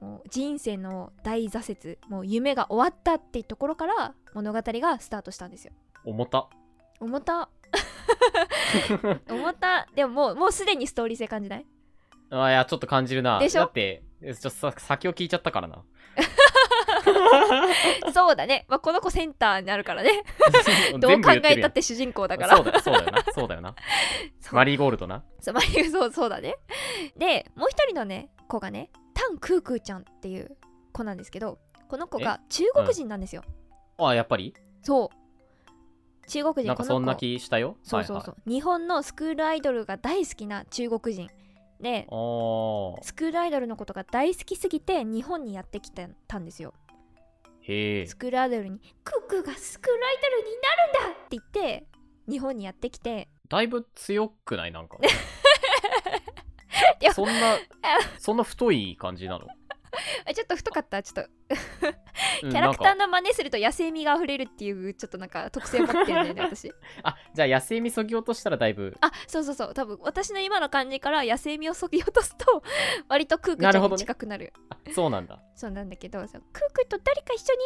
もう人生の大挫折もう夢が終わったっていうところから物語がスタートしたんですよ
重た
重た 重たでももうもうすでにストーリー性感じない
あいやちょっと感じるな
でしょ
だってえちょっとさ先を聞いちゃったから な。
そうだね、まあ、この子センターになるからねどう
全部
考
言って
え
る
た
や
っ
ん
て主人公だから
そうだそうだよな。そうだよな。
そう
マリーゴールドな。
そうまあ言う そうそうだねでもう一人のね子がねタン・クークーちゃんっていう子なんですけどこの子が中国人なんですよ、
あ、やっぱり
そう中国
な
人
んか
こ
そん
の
な
子
気したよ。
そうそうそう、日本のスクールアイドルが大好きな中国人で
はいはい、あ
スクールアイドルのことが大好きすぎて日本にやってきてたんですよ
ーへえ
ス。クールアイドルに「クークーがスクールアイドルになるんだ!」って言って日本にやって きて
だいぶ強くないなんか
いや。
そん な、そんな太い感じなの。
あちょっと太かったちょっと
キ
キャラクター
ー
の真似すると野生味があふれるっていうちょっとなんか特性持ってるんだよ ね私
あ、じゃあ野生味そぎ落としたらだいぶ。
あそうそうそう多分私の今の感じから野生味をそぎ落とすと割とクーク
な
ち
る
ゃ
ほ
ん
ど
に
ね
近くなる
あそうなんだ。
そうなんだけどそうクークーと誰か一緒に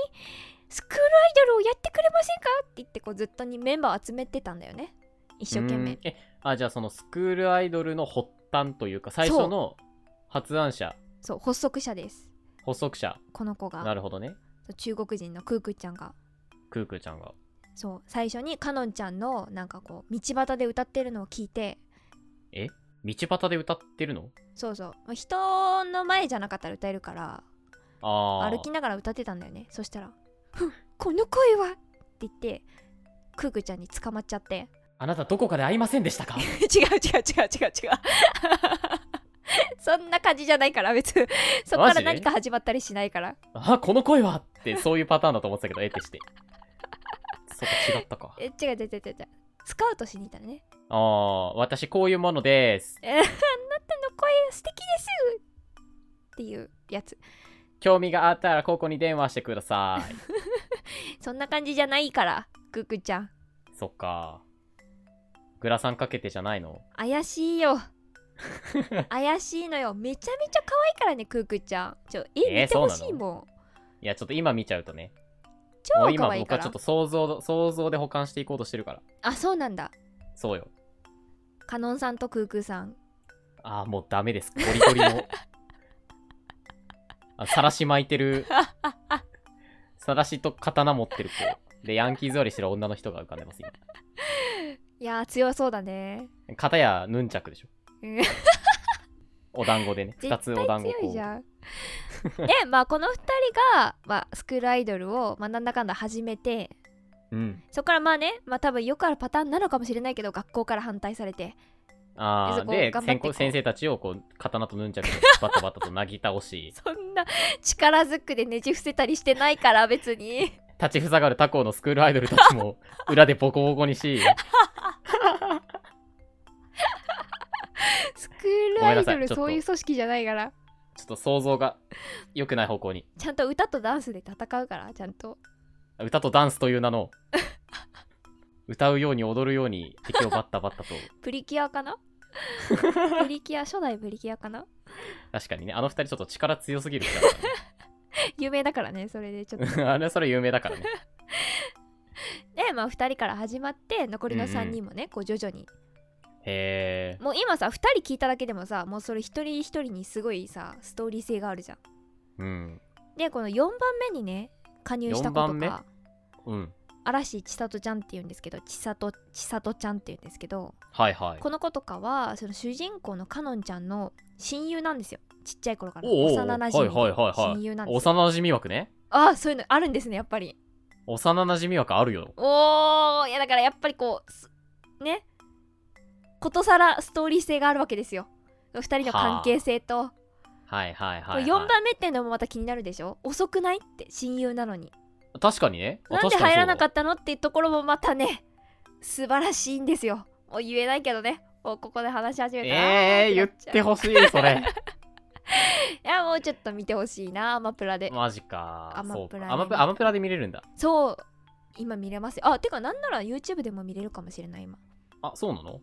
スクールアイドルをやってくれませんかって言ってこうずっとにメンバーを集めてたんだよね一生懸
う
命
んえ、あ、じゃあそのスクールアイドルの発端というか、最初の発案者、
そう発足者です
発足者。
この子
な
が
るほどね。
そう中国人のクークーちゃんが
クークーちゃんが。
そう最初にカノンちゃんのなんかこう道端で歌ってるのを聞いて
え道端で歌ってるの
そうそうまあ人の前じゃなかったら歌えるから
ああ。
歩きながら歌ってたんだよねそしたらふん「この声は!」って言ってクークーちゃんに捕まっちゃって
あなたどこかで会いませんでしたか
違う違う違う違う違う そんな感じじゃないから別 にそこ
マ
から
ジ
何か始まったりしないから
あ、この声はって、そういうパターンだと思ってたけど、えってして。そっか、違ったか。
え違う違う違う違うスカウトしに行ったらね
ああ、私こういうものです。
えーあなたの声素敵ですっていうやつ
興味があったらここに電話してくださ い。
そんな感じじゃないからクークーちゃん
そっか。グラサンかけてじゃないの
怪し いよ怪しいのよめちゃめちゃ可愛いからねクークーちゃんちょ
え
絵
ー
見てほ
そ
し
うないの
もん、
いや、ちょっと今見ちゃうとね。もう
超
今
可愛い
僕
か
はち
ら
ょっと想像、想像で保管していこうとしてるから。
あそうなんだ
そうよ。
カノンさんとクークーさん
ああ、もうダメです。ゴリゴリ の。あさらし巻いてる。さらしと刀持ってる子。で、ヤンキー座りしてる女の人が浮かんでます、今。
いやー強そうだね
片やヌンチャクでしょ
うん。
お団子でね。二
絶
つ
対
お団子
強いじゃん。 でまあこの2人が、まあ、スクールアイドルを、まあ、なんだかんだ始めて
う。うん。
そこからまあねまあ多分よくあるパターンなのかもしれないけど学校から反対されて
ああ、
でそこを
で、
頑張って
先
こ
行
う、
先生たちをこう、刀とヌンチャクでバタバタとなぎ倒し
そんな力ずくでねじ伏せたりしてないから別に
立ちふさがる他校のスクールアイドルたちも裏でボコボコにし、
スクール
ごめ
ア
んな
イ
さい
ドル
ちょっと
そういう組織じゃないから
ちょっと想像が良くない方向に、
ちゃんと歌とダンスで戦うからちゃんと
歌とダンスという名の、歌うように踊るように敵をバッタバッタと、
プリキュアか なプリキュア初代プリキュアかな
確かにね、あの二人ちょっと力強すぎるか
有名だからねそれでちょっと
ら、ね、 あれそれ有名だからね。
でまあ2人から始まって残りの
うんう
3
ん
人もね、こう徐々に
へえ。
もう今さ2人聞いただけでもさもうそれ一人一人にすごいさストーリー性があるじゃん
うん。
でこの4番目にね加入し
4
た子と
番目
か
うん。
嵐千里ちゃんっていうんですけど千里千里ちゃんっていうんですけど
はいはい。
この子とかはその主人公のかのんちゃんの親友なんですよちっちゃい頃から
おうおう
幼なじみの
はいはいはいはい
親友なんですよ
幼馴染枠ね。
ああそういうのあるんですねやっぱり
幼馴染枠あるよ。
おーいやだからやっぱりこうすねことさらストーリー性があるわけですよ2人の関係性と
はいはいはい、
こ
は
れ
い。
4番目ってのもまた気になるでしょ遅くないって親友なのに
確かにね。あ
なんで
確かに
入らなか
っ
ったのっていうところもまたね素晴らしいんですよもう言えないけどねもうここで話し始めたら
ええ
あー
言
な
っ
ちゃう
てほしい、そ れ。
いやもうちょっと見てほしいなアマプラで
マジか。
アマプ
そう
ラで
かアマプアマプラで見れるんだ。
そう今見れますよあてかなんなら YouTube でも見れるかもしれない今
あ、そうなの、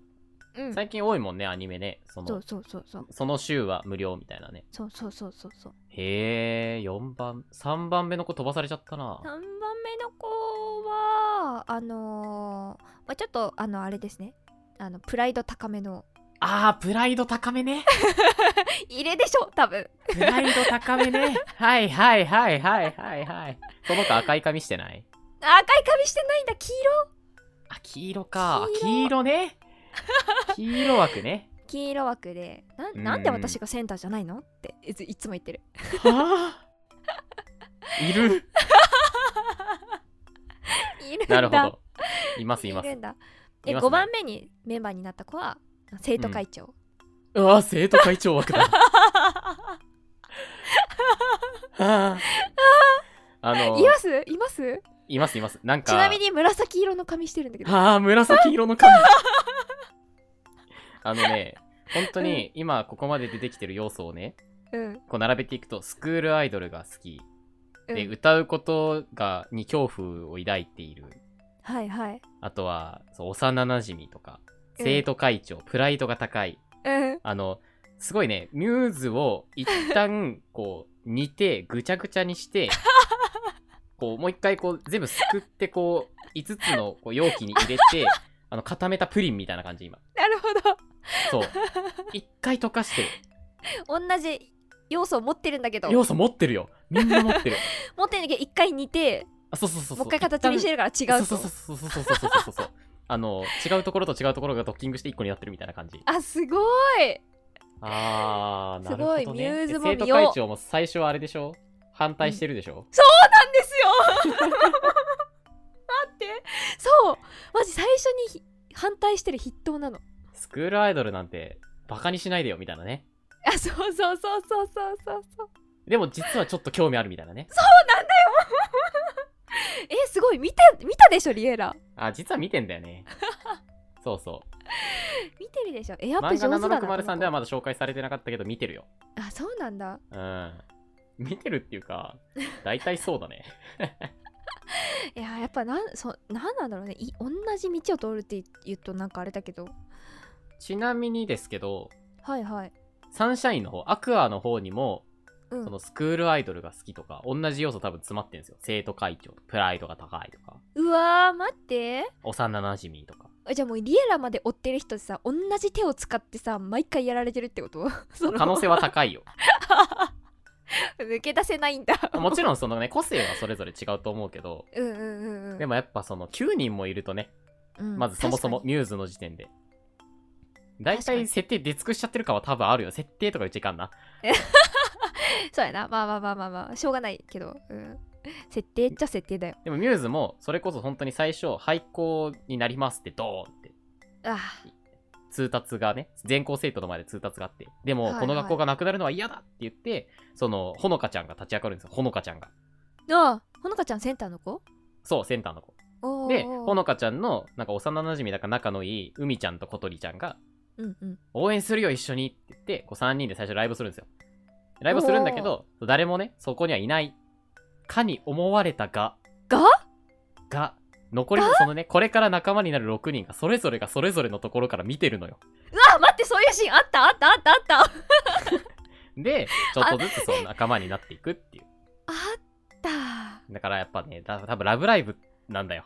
うん
最近多いもんね、アニメね。そ
そ
の
う、そうそうそう
その週は無料みたいなね。
そうそうそうそうそう
へえ、4番、3番目の子飛ばされちゃったな
3。番目の 子はあのーまあ、ちょっとあのあれですねあのプライド高めの
あー、プライド高めね。
入れでしょ多分
プライド高めね。はいはいはいはいはいはい。その子赤い髪してない
あ赤い髪してないんだ黄色
あ、黄色か。
黄色
黄色ね。黄色枠ね。
黄色枠でな
うん
なんで私がセンターじゃないのっていついつも言 ってる
は あ。いる。
いるんだ
なるほど。いますいます
る。んだで
いますね
5番目にメンバーになった子は生徒 会長、
うわ、生徒会長 枠だ。あの
いますいます
いますいます。なんか、
ちなみに紫色の髪してるんだけど
ああ、紫色の髪。あのね、本当に今ここまで出てきてる要素をね、
うん
こう並べていくと、スクールアイドルが好き、
う
で、
ん
歌うことがに恐怖を抱いている、
はいはい
あとは、そう幼なじみとか、
うん
生徒会長、プライドが高い、
うん
あの、すごいね、ミューズを一旦、こう、煮て、ぐちゃぐちゃにして、こう、もう一回、こう、全部すくって、こう、5つのこう容器に入れて、あの、固めたプリンみたいな感じ、今。
なるほど
そう。一回溶かしてる、
同じ要素を持ってるんだけど
要素持ってるよ。みんな持ってる。
持ってるんだけど一回似て
あ、そうそうそうそう。
もう一回形にしてるから
一
違
旦
う
そう
と
そうそうそうそうそうそうそうそう。あの、違うところと違うところがドッキングして一個になってるみたいな感じ。
あすごい
あー、なるほど、ね。
すごいミューズも
え生
見
徒
よう
会長も最初はあれでしょ反対してるでしょ、
なんですよ待ってそうマジ最初にひ反対してる筆頭なの
スクールアイドルなんてバカにしないでよみたいなね。
あそうそうそうそうそうそうそう
でも実はちょっと興味あるみたいなね。
えすごい見た見たでしょリエラ
あ、実は見てんだよ ね。そうそ
見てるでしょエア
う。
ップ
漫
上手だな
画
この
760
子
ではまだ紹介されてなかったけど見てるよ。
あそうなんだ
うん。見てるっていうか、大体そうだ ね。
いややっぱなんそなんなんだろうねい同じ道を通るって言うとなんかあれだけど
ちなみにですけど、
はいはい
サンシャインの方、アクアの方にも、
うん
そのスクールアイドルが好きとか、同じ要素多分詰まってるんですよ。生徒会長、プライドが高いとか、
うわー待って
幼馴染 とか。
あじゃあもうリエラまで追ってる人ってさ同じ手を使ってさ毎回やられてるってこと その
可能性は高いよ。
抜け出せないんだ
もちろんそのね、個性はそれぞれ違うと思うけど、
うんうんうんうん
でもやっぱその9人もいるとね、
うん
まずそもそも
確かに
ミューズの時点で。大
確か
体
に
設定出尽くしちゃってるかは多分あるよ。設定とかうちかんな。
そうやなまあまあまあまあまあしょうがないけど、うん、設定っちゃ設定だよ
でもミューズもそれこそ本当に最初、廃校になりますってドーンって
あ
通達がね、全校生徒の前で通達があって、でも
はい
この学校がなくなるのは嫌だって言って、そのほのかちゃんが立ち上がるんですよ。ほのかちゃんが。
ーあーほのかちゃんセンターの子
そう、センターの子。
おー
で、ほのかちゃんのなんか幼馴染だから仲のいい海ちゃんと小鳥ちゃんが
うんうん
応援するよ一緒にって言ってこう3人で最初ライブするんですよライブするんだけど誰もねそこにはいないかに思われたが
が
が残りのそのねこれから仲間になる6人がそれぞれがそれぞれのところから見てるのよ
うわ待ってそういうシーンあったあったあったあったあっ
でちょっとずつその仲間になっていくっていう
た
だからやっぱねた多分ラブライブなんだよ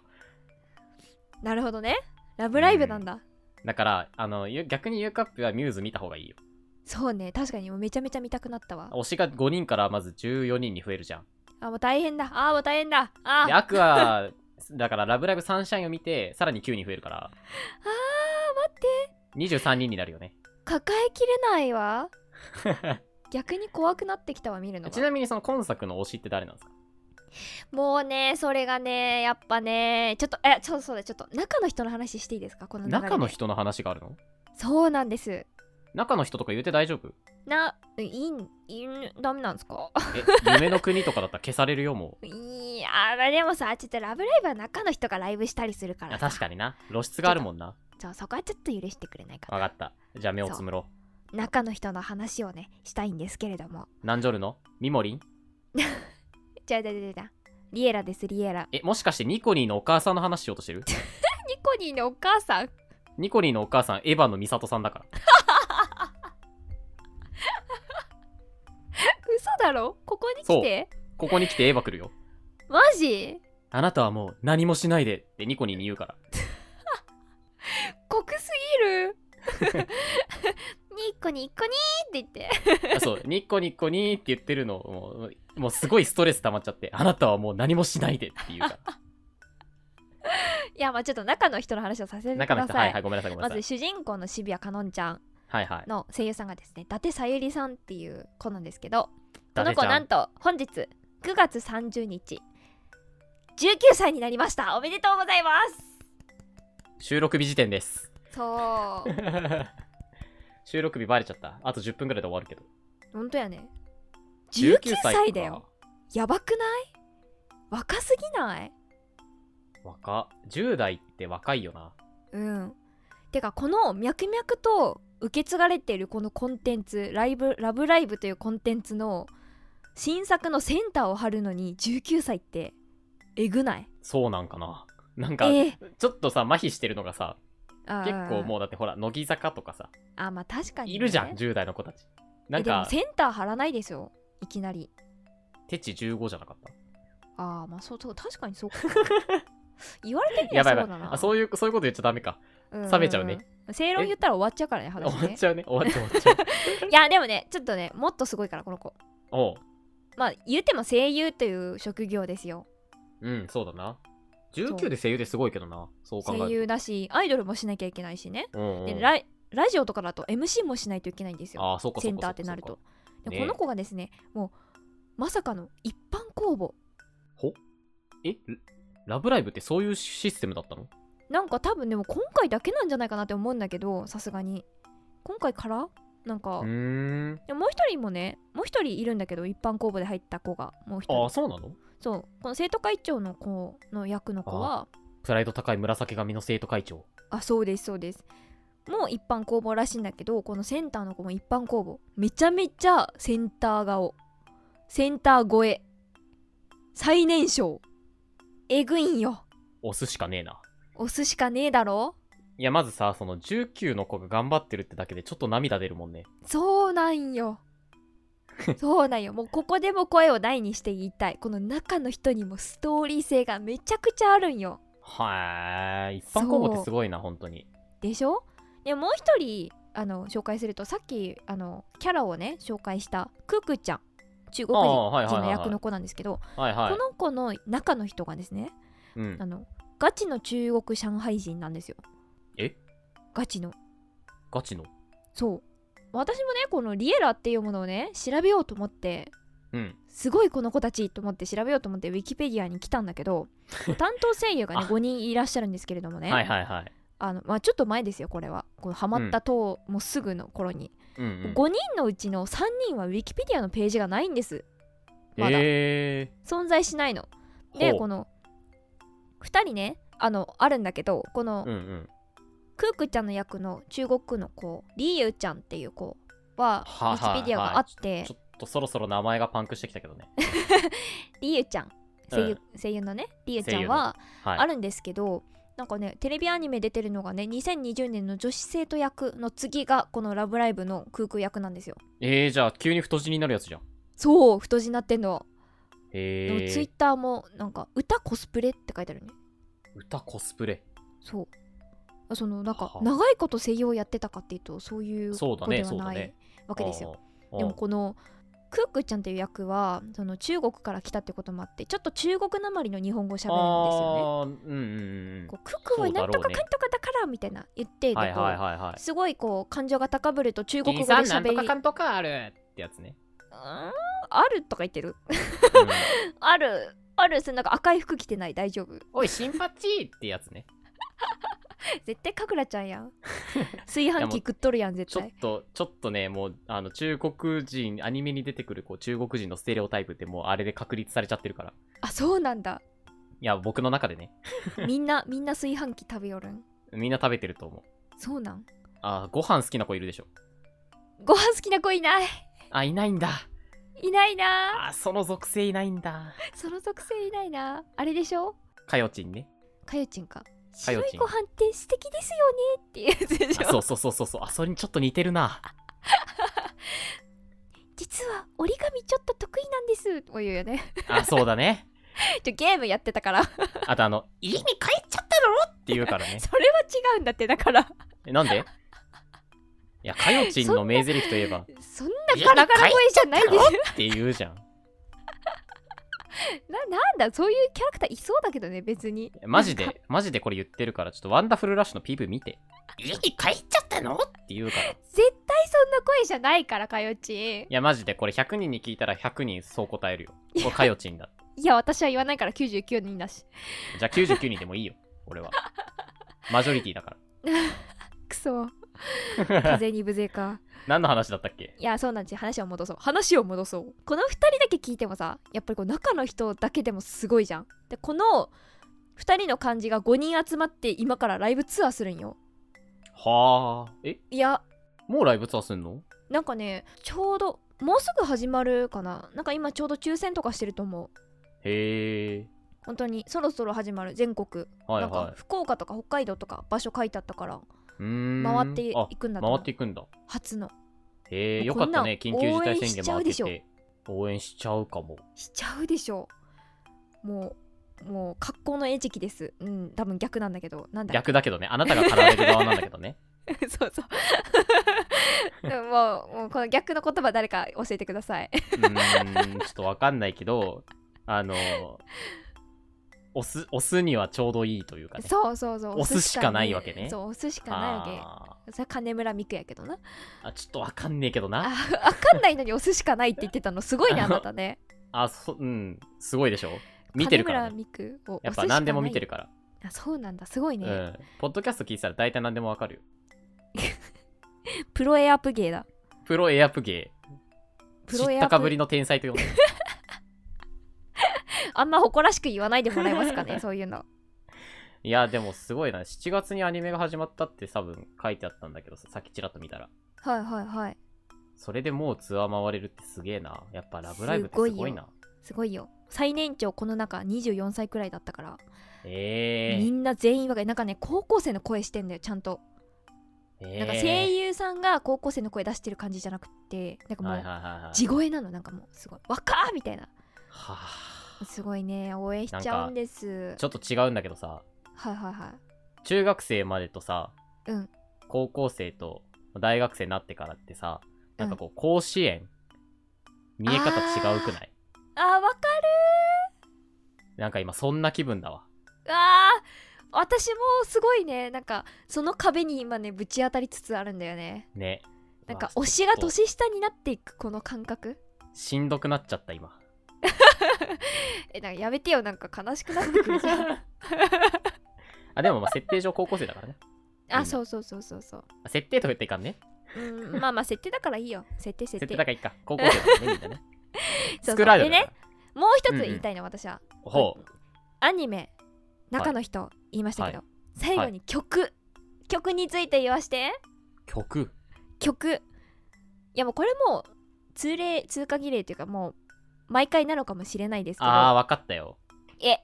なるほどねラブライブなんだ、
だからあのゆ逆にユーカップはミューズ見た方がいいよ
そうね確かにもうめちゃめちゃ見たくなったわ
推しが5人からまず14人に増えるじゃん
あもう大変だあーもう大変だあ
で
ーあ
アクアだからラブライブサンシャインを見てさらに9人増えるから
ー待って
23人になるよね
抱えきれな いわ逆に怖くなってきたわ見るの
ち
が
なみにその今作の推しって誰なんですか
もうねそれがねやっぱねちょっとえちょっとそうだちょっと中の人の話していいですかこの流れで
中の人の話があるの
そうなんです
中の人とか言うて大丈夫
な、いん、いん、ダメなんですか
え 夢の国とかだったら消されるよも
いやー、でもさ、ちょっとラブライブは中の人がライブしたりするか
う
ら
あ
さ。
確かにな露出があるもんな
そうそこはちょっと許してくれないか
分
な。
かったじゃあ目をつむろ
中の人の話をね、したいんですけれども。
う何ジョルのミモリン
じゃあ、じゃあじゃあじゃあリエラです、リエラ。
えもしかしてニコニーのお母さんの話しようとして る
ニコニーのお母さん。
ニコニーのお母さんエヴァのミサトさんだから
嘘だろここに来て
ここに来てエヴァ来るよ
マジ
あなたはもう何もしないでってニコニーに言うから
酷すぎる。コ ニーコニーって言って
あそう、ニッコニッコニーって言ってるのもう、もうすごいストレス溜まっちゃって、あなたはもう何もしないでっていう か、
いやまあちょっと中の人の話をさせてくだ
中の人、
さ
はいいはい、ごめんなさい、ごめんな
ま
さ
ず
い。
主人公の渋谷かのんちゃん
はいはい。
の声優さんがですね伊達さゆりさんっていう子なんですけどこ
伊
の
達
子
ちゃ
なん
ん、
と本日9月30日19歳になりましたおめでとうございます
収録日時点です。
そう
収録日バレちゃった。あと10分ぐらいで終わるけど。
本当やね19歳だよやばくない若すぎない
19歳か。若。10代って若いよな。
うんてかこの脈々と受け継がれているこのコンテンツ「ライブラブライブ!」というコンテンツの新作のセンターを張るのに19歳ってえぐない
そうなんかな。なんか、
え
ちょっとさ、麻痺してるのがさ、
ー
結構
う
もうだってほら、乃木坂とかさ、
あーまあ確かにね、
いるじゃん、10代の子たち。なん
えでも
か、
センター張らないですよいきなり
テチ15じゃなかった。
ああまあそうそう確か にそうか言われてみた
やばいうや
らそだ
ばい。
な
あ、そういう、そういうこと言っちゃダメか。
うんうんん
冷めちゃうね
正論言ったら終わっちゃうからね話
終わっ
ね
ちゃうね。終わっちゃう、終わっちゃう。
いやでもねちょっとねもっとすごいからこの子
おう。
まあ言うても声優という職業ですよ
うん、そうだな。
そう
19で声優ですごいけどな。そう考えると
声優だしアイドルもしなきゃいけないしね、
うんうん
でララジオとかだと MC もしないといけないんですよ
あーそうかそ
セ
うかそうか
ンターってなるとで
ね
この子がですねもうまさかの一般公募
えラブライブってそういうシステムだったの
なんか多分でも今回だけなんじゃないかなって思うんだけどさすがに今回からなんか、
うーん
でもう一人もねもう一人いるんだけど一般公募で入った子がもう一
ああ
人
そうなの
そうこの生徒会長の子の役の子は
プライド高い紫髪の生徒会長
あそうですそうですもう一般公募らしいんだけどこのセンターの子も一般公募めちゃめちゃセンター顔センター超え最年少えぐいんよ
押すしかねえな
押すしかねえだろ
いやまずさその19の子が頑張ってるってだけでちょっと涙出るもんね
そうなんよそうなんよもうここでも声を大にして言いたいこの中の人にもストーリー性がめちゃくちゃあるんよ
はーい一般公募っ
そう
てすごいな本当に
でしょでもう一人あの紹介するとさっきあのキャラをね紹介したクークーちゃん中国
あ
人
あはいはい
人
はい
の
はい
役の子なんですけど、
はいはい
この子の中の人がですね
うん
あのガチの中国上海人なんですよ
え
ガチの
ガチの
そう私もねこのリエラっていうものをね調べようと思って
うん
すごいこの子たちと思って調べようと思ってウィキペディアに来たんだけ ど担当声優がね
あ
5人いらっしゃるんですけれどもね、
はいはいはい
あのまあ、ちょっと前ですよこれはこのハマったともうすぐの頃に、
うんうん
5人のうちの3人はウィキペディアのページがないんですまだ、
え
存在しないの
ー
で
ほう
この2人ねあのあるんだけどこの、
うんうん
クークちゃんの役の中国の子リーユちゃんっていう子はウ
はいはい
ィ
はい
キペディアがあって、
ちょっとそろそろ名前がパンクしてきたけどね
リーユちゃん声優,、
うん
声優のねリーユちゃんは
はい
あるんですけど、なんかねテレビアニメ出てるのがね2020年の女子生徒役の次がこの「ラブライブ!」のクーク役なんですよ
えー、じゃあ急に太字になるやつじゃん
そう太字になってんの、
え
でもツイッ
ー、
ターもなんか歌コスプレって書いてあるね
歌コスプレ
そうあそのなんか
はあ
長いこと声優をやってたかっていうとそういう
そう
こ
だ
と
ね
では
そうだ
ない、
ね
わけですよ
あー
でもこのクックちゃんっていう役はその中国から来たってこともあってちょっと中国なまりの日本語を喋るんですよね。
あーうんうんうん
こうクックはなんとかかんとかだからみたいな言ってでこ
は
う
いはいはいは
すごいこう感情が高ぶると中
い。
国語で
さんなん
喋
と
り
か
う
かんとかあるってやつ ね。
ーんあるとか言ってる
うん
あるあるそのなんか赤い服着てない大丈夫
おい、新八ってやつね。
絶対かぐらちゃん やん炊飯器食っとるやん絶
ちょっ
対
と、ちょっとね、もう、あの、中国人、アニメに出てくるこう中国人のステレオタイプってもうあれで確立されちゃってるから。
あそうなんだ
いや、僕の中でね、
みんなみんな炊飯器食べよるん
みんな食べてると思う。
そうなん
あー、ご飯好きな子いるでしょ。
ご飯好きな子いない
あ、いないんだ。
いないな
あー、その属性いないんだ。
その属性いないなあれでしょ
かよちんね。
かゆちんか
かよ
白
ち
い
ん
ご飯って素敵ですよねっていうやつでし
あそ
ょ
うそうそうそうそう。あ、それにちょっと似てるな。
実は折り紙ちょっと得意なんですとか言うよね
あ、そうだね。
ちょゲームやってたから
あとあの、家に帰っちゃったのって言うからね。
それは違うんだってだから
えなんでいや、かよちんの名台詞といえば、
そんなガラガラ声じゃないですよ
って言うじゃん。
ななんだそういうキャラクターいそうだけどね別に
マジで、マジでこれ言ってるから、ちょっとワンダフルラッシュの PV 見て
家に帰っちゃったの
って言うから。い
絶対そんな声じゃないからかよちん
や、マジでこれ100人に聞いたら100人そう答えるよ。これかよちんだ。
いや私は言わないから99人だし
じゃあ99人でもいいよ、俺は。マジョリティだか
くそ
ら。
風に無勢か
何の話だったっけ
いやそうなんですよ話を戻そう話を戻そうこの2人だけ聞いてもさやっぱりこう中の人だけでもすごいじゃんでこの2人の感じが5人集まって今からライブツアーするんよ
はあ。え
いや
もうライブツアーすんの
なんかねちょうどもうすぐ始まるかななんか今ちょうど抽選とかしてると思う
へえ。
本当にそろそろ始まる全国、
はい
なんか
は
福岡とか北海道とか場所書いてあったから
い。うーん
回ってい
あ
くんだと
回
思う
っていくんだ。
初の
へえ、
も
よ
うこ
か
ん
っ
な
た
ん
ね。緊急事態宣言も明け
応援しちゃうで
て。応援しちゃうかも。
しちゃうでしょもうもう格好の餌食ですうん多分逆なんだけどなんだ
逆だけどね。あなたが駆られる側なんだけどね。
そうそう。でももうもうこの逆の言葉誰か教えてください。
うーん、ちょっとわかんないけど、あの、押す、押すにはちょうどいいというかね。
そうそうそう。
押すしかないわけね
そう、押すしかないわ
あ
け。それは金村美久やけどな。
ーあ、ちょっとわかんねえけどな。
あ、わかんないのに押すしかないって言ってたのすごいね、あなたね。
あ、そ、うん、すごいでしょ見てるから、
金
ね。
村美久を
や
押
っ
すしか
ぱ
ない。
何でも見てるから。
あ。そうなんだ、すごいね。
うん。ポッドキャスト聞いてたら大体何でもわかるよ。
プロエアプゲーだ。
プロエアプゲー。
プ
知
ロ
っ
エ
た
ア
かぶ
プ
りの天才と呼んでる。
あんま誇らしく言わないでもらえます かね、そういうの。
いや、でもすごいな。7月にアニメが始まったって多分書いてあったんだけどさ、さっきちらっと見たら。
はいはいはい。
それでもうツアー回れるってすげえな。やっぱラブライブってすごいな。
すごいよ。最年長この中24歳くらいだったから、
え
み
ー、
んな全員わかなんかね高校生の声してんだよちゃんと
えー。
なんか声優さんが高校生の声出してる感じじゃなくてなんかも
はいうはいはいはい。
地声なのなんかもうすごい若ーみたいな
はあ
すごいね応援しちゃうんです
ちょっと違うんだけどさ、
はいはいは
中学生までとさ、
うん
高校生と大学生になってからってさ、なんかこう、甲子園、見え方違うくない
いあーわか
なんか今、そんな気分だわ。
るあー私もすごいねなんかその壁に今ねぶち当たりつつあるんだよね
ね。
なん
う
か
わ
推しが
ちょっと
年下になっていくこの感覚
しんどくなっちゃった、今。
えなんかやめてよなんか悲しくなってくるじ ゃん
あ、でもまあ、設定上高校生だからね。う
あ
ん
そうそうそうそうそう
あ設定とか言っていかんね。
うんまあまあ設定だからいいよ設定
設
設定
定だからいいか。高校生だからね、みんなね。
そうそう
作られる
で
か
ね
ら。
もう一つ言いたいの、私は
ほう。
アニメ中の人、言いましたけど、
は
最後に曲、曲について言わして
曲。
曲いやもうこれもう通例通過儀礼というかもう毎回なのかもしれないですけ
あー、
ど
わかったよ。
え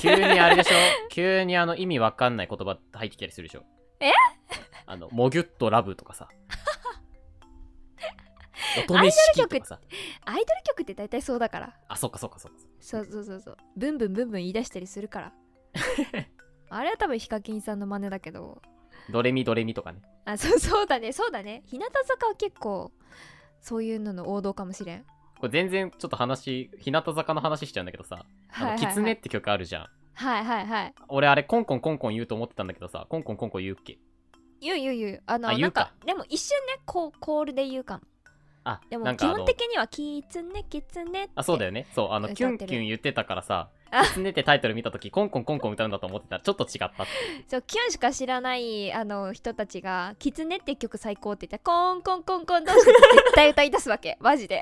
急にあれでしょ急にあの意味わかんない言葉入ってきたりするでしょ
え
あの、もぎゅっとラブとか さ。乙女式とかさ。
アイドル曲って大体そうだから
あ、そっかそっかそっか。
そうそうそうそうブンブンブンブン言い出したりする からあれは多分ヒカキンさんの真似だけど
ドレミドレミとかね。
あそうそうだねそうだね日向坂は結構そういうのの王道かもしれん
これ全然ちょっと話、日向坂の話しちゃうんだけどさ。あの、
はいはい
キ
はい
ツネって曲あるじゃん。
はいはいはい
俺あれコンコンコンコン言うと思ってたんだけどさ、コンコンコンコン言うっけ
言う言う言うあの
あ
な
言
ん
う
か
か
でも一瞬ねこうコールで言うかも
あ、
で
な
も
ん
基
かあの
本的には「キツネキツネって」
あ、そうだよね。そう、あの、キ
歌
ュ
っ
ン
て
キ
る
ュン言ってたからさ
あ、
キツネってタイトル見たとき、コンコンコンコン歌うんだと思ってたら、ちょっと違ったっていう。
そうキュンしか知らないあの人たちが「キツネって曲最高」って言ったら「コンコンコンコンどうし て」って絶対歌い出すわけマジで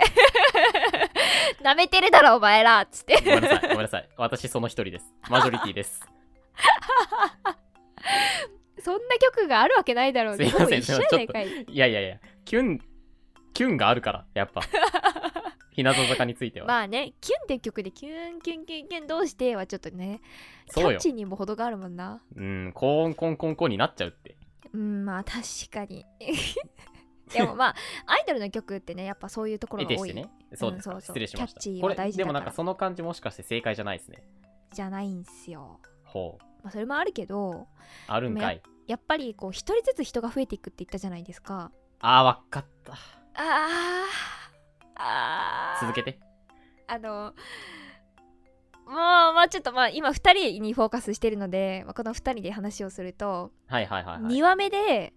なめてるだろお前らっつって
ごめん なさい、ごめんなさい。私その一人です。マジョリティです。
そんな曲があるわけないだろう
すいません
ほぼ一緒やないかい
いやいやいや、キュン、キュンがあるから、やっ ぱ。日向坂については。
まあねキュンって曲でキュンキュンキュンキュンどうしてはちょっとねキ
そ
ャ
う
ッ
よ。
チにも程があるもんな
うん、コーンコンコンコンになっちゃうって。
うんまあ確かに でもまあアイドルの曲ってねやっぱそういうところ
得
が
て
多
し
い、
てね。そうですか、
うんそうそう
失礼しました。
キャッチ
こ
は
れ
大事だ
で
から
もなんかその感じもしかして正解じゃないですね。
じゃないんすよ
ほう。
まあそれもあるけど
あるんかい。
やっぱりこう一人ずつ人が増えていくって言ったじゃないですか
あー、わかった。
あーあー
続けて。
あのもうまあちょっとまあ今2人にフォーカスしてるので、まあこの2人で話をすると、
はいはいはい、はい。
2話目で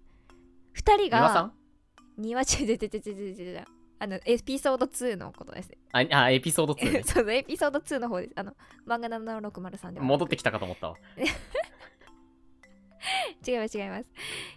2人
庭さ
が
ん
2話中ででででででであのエピソード2のことですね。。
ああ、エピソード2ね
そのエピソード2の方です。あの漫画7603ではなく
戻ってきたかと思ったわ。
違います違います。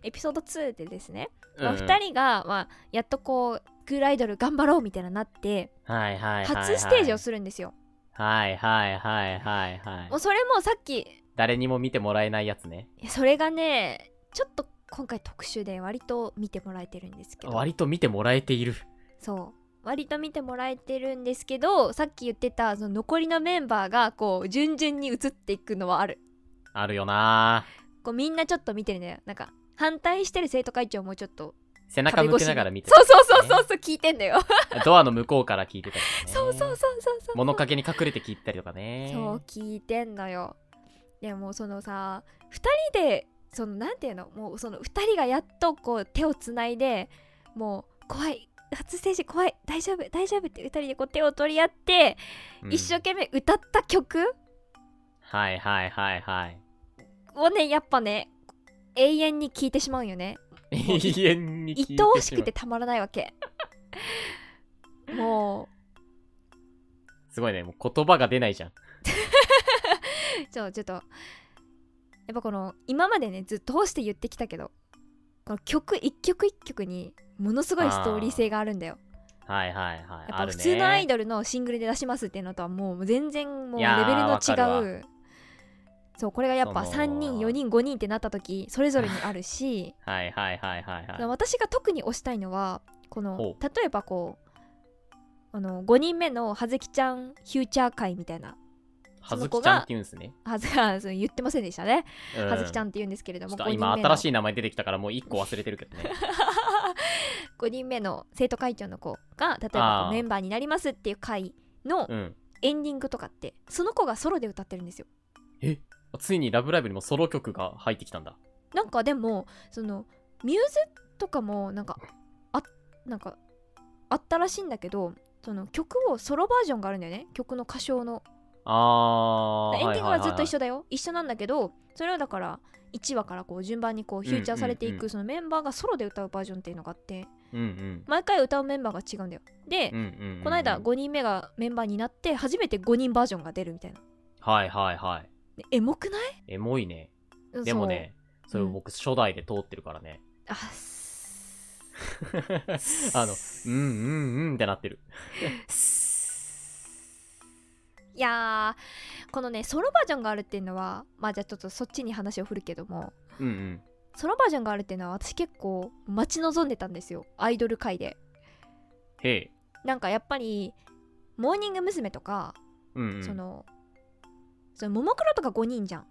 エピソード2でですね、
うん
まあ、2人が、まあ、やっとこうスクールアイドル頑張ろうみたいななって
はいはいはい、はい。
初ステージをするんですよ。
はいはいはいはい
も
は
う
い。
それもさっき
誰にも見てもらえないやつね。
いやそれがねちょっと今回特集で割と見てもらえてるんですけど
割と見てもらえている。
そう割と見てもらえてるんですけどさっき言ってたその残りのメンバーがこう順々に移っていくのはある
あるよな
こうみんなちょっと見てるんだよなんか反対してる生徒会長もちょっと
背中向けながら見て
そうそうそうそうそう聞いてんだよ、
た。 ドアの向こうから聞いてたりとかね。
そうそうそうそうそう
物陰に隠れて聞いたりとかね。
そう聞いてんのよでもそのさ2人でそのなんていうのもうその2人がやっとこう手をつないでもう怖い初ステージ怖い大丈夫大丈夫って2人でこう手を取り合って、
うん
一生懸命歌った曲
はいはいはいはい。
をねやっぱね永遠に聴いてしまうよねもうい
永遠に聞いて
愛おし
ま
く
う
てたまらないわけも
すごいねもう言葉が出ないじゃん
うちょちょっとやっぱこの今までねずっと通して言ってきたけどこの曲一曲一曲にものすごいストーリー性があるんだよ
はいはいはい
やっ
あ
ぱ
る
普
ね
通のアイドルのシングルで出しますっていうのとはもう全然もう
い
レ
やー
ベルの
わかるわ
違うそうこれがやっぱ
その
3人4人5人ってなった時それぞれにあるし
はいはいはい はい
その
はい
私が特に推したいのはこの
ほう
例えばこうあの5人目の葉月ちゃんフューチャー会みたいな
はず
その子
きち
が
ゃんって言うんですね
はず あそう言ってませんでしたね
う
葉月ちゃんって言うんですけれど
ちょ
も
っと
5人
今
目の
新しい名前出てきたからもう一個忘れてるけど ね
5人目の生徒会長の子が例えばこ
あ
う
ー
メンバーになりますっていう会の
うん
エンディングとかってその子がソロで歌ってるんですよ
えついに「ラブライブ!」にもソロ曲が入ってきたんだ
なんかでもそのミューズとかもなんかあなんかあったらしいんだけどその曲をソロバージョンがあるんだよね曲の歌唱の
あー
エンディングはずっと一
緒
緒だよ、一緒なんだけどそれはだから1話からこう順番にこうフューチャーされていく、
うんうんうん
そのメンバーがソロで歌うバージョンっていうのがあって
うん
毎回歌うメンバーが違うんだよで、
うんうんうんうん
この間5人目がメンバーになって初めて5人バージョンが出るみたいな
はいはいはい
でエモくない
エモいねでもねそれ僕初代で通ってるから ね
そうあす
あのうんうんうんってなってる
いやーこのねソロバージョンがあるっていうのはまあじゃあちょっとそっちに話を振るけども
うんうん
ソロバージョンがあるっていうのは私結構待ち望んでたんですよアイドル界で
へえ
なんかやっぱりモーニング娘。とか、
うんうん
そのそのももクロとか5人じゃん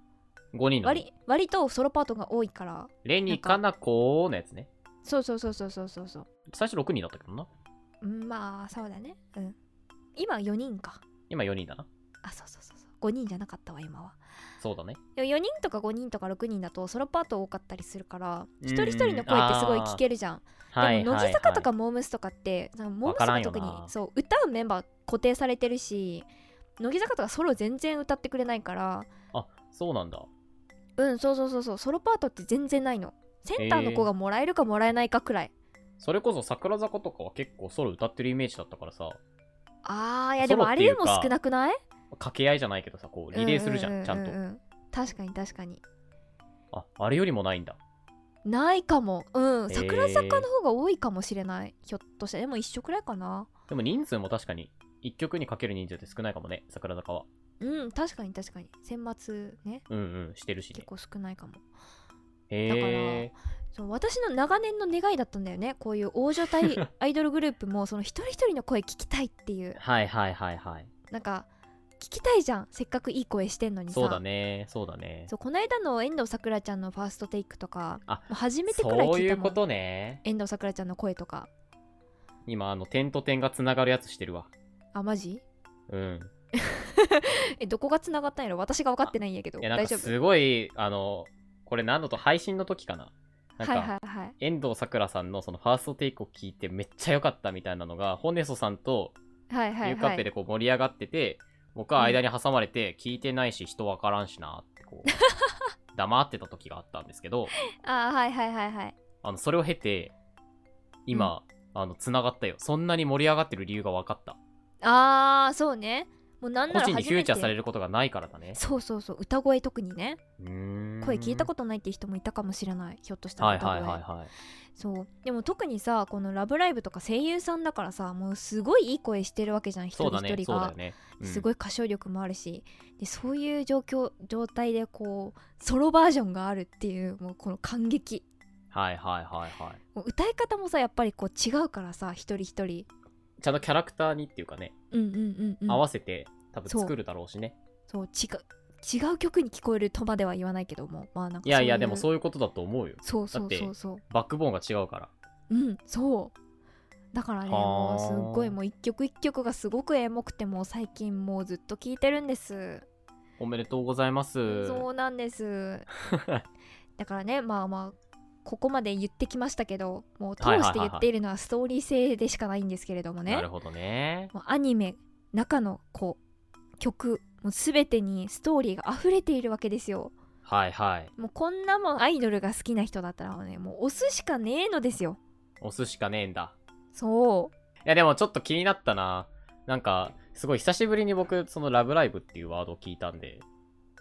5人の
割割とソロパートが多いから
レニカナコのやつね。
そうそうそうそうそうそうそう
最初6人だったけどな。
うんまあそうだねうん今4人か
今4人だな。
あそうそうそうそう5人じゃなかったわ今は
そうだね。
でも4人とか5人とか6人だとソロパート多かったりするから
うん
一人一人の声ってすごい聞けるじゃん。でも乃木坂とかモームスとかって、なんかモームスとか特に
わからんよな
そう歌うメンバー固定されてるし乃木坂とかソロ全然歌ってくれないから
そうなんだ。
うんそうそうそうそうソロパートって全然ないの。センターの子がもらえるかもらえないかくらい。
それこそ桜坂とかは結構ソロ歌ってるイメージだったからさ、
あーいや
ソ
で
ロ
も
っ
あ
てい
れ
う
で
か
も少なくない
掛け合いじゃないけどさ、こうリレーするじゃん、
うううう
ちゃんと
う。ん確かに確かに。
あ、あれよりもないんだ。
ないかも。うん
ー
桜坂の方が多いかもしれない。ひょっとしたらでも一緒くらいかな。
でも人数も確かに、1曲にかける人数って少ないかもね、桜坂は。
うん確かに確かに選抜ね
うんうん、してるしね
結。構少ないかも
へえ。
そう私の長年の願いだったんだよねこういう大所帯 アイドルグループもその一人一人の声聞きたいっていう
はいはいはいはい。
なんか聞きたいじゃんせっかくいい声してんのにさ
そうだね、そうだね。
そうこの間の遠藤さくらちゃんのファーストテイクとか
あ
もう初めてくらい
そう
聞い
い
た
う
もん
ことね。
遠藤さくらちゃんの声とか
今、あの、点と点がつながるやつしてるわ。
あマジ
うん。
えどこがつながったんやろ私が分かってないんやけど
いやなん
大
か
丈夫
すごいあのこれ何度と配信の時かななん
はい
か、
はいはい
遠藤さくらさんのそのファーストテイクを聞いてめっちゃ良かったみたいなのが、ホネソさんと
はいはい
ユーカ
は
ッペ
い
でこう盛り上がってて、僕は間に挟まれて、聞いてないし人わからんしなってこう、 黙ってた時があったんですけど、
あーはいはいはいはい
あのそれを経て、今、あの、繋がったよ。そんなに盛り上がってる理由が分かった。
あーそうねもうなん
個
なら初
人
め
に
て
フューチャーされることがないからだね。
そうそうそう歌声特にね声
声
聞いた
こ
ことないっていう人もいたかもしれないひょっとしたら
はい
歌声、
はいはいはい。
そうでも特にさこの「ラブライブ!」とか声優さんだからさもうすごいいい声してるわけじゃん一
そ
人
うだね
一、人
そうだ
が、
よね。
すごい歌唱力もあるしでそういう状況状態でこうソロバージョンがあるっていうもうこの感激
はいはいはいはい。
もう歌い方もさやっぱりこう違うからさ一人一人
ちゃんとキャラクターにっていうかね、
うんうんうん、
合
うん、
わせて多分
そう
作るだろうしね。
そう違う違う曲に聞こえるとまでは言わないけどもまあなんか
いやいや、でも
う
そういうことだと思うよ。
そうそう
だって
そうそう
バックボーンが違うから。
うんそうだからね
はー
もうすっごいもう一曲一曲がすごくエモくてもう最近もうずっと聴いてるんです、
おめでとうございます。
そうなんです だからねまあまあここまで言ってきましたけどもう通
はいはい
し
は
て
いは
言
い
っているのはストーリー性でしかないんですけれどもね、
なるほどね。
もうアニメ中のこう曲もう全てにストーリーが溢れているわけですよ
はいはい。
もうこんなもんアイドルが好きな人だったらねもう押すしかねえのですよ
押すしかねえんだ。
そう
いやでもちょっと気になったな。なんか、すごい久しぶりに僕、そのラブライブっていうワードを聞いたんで。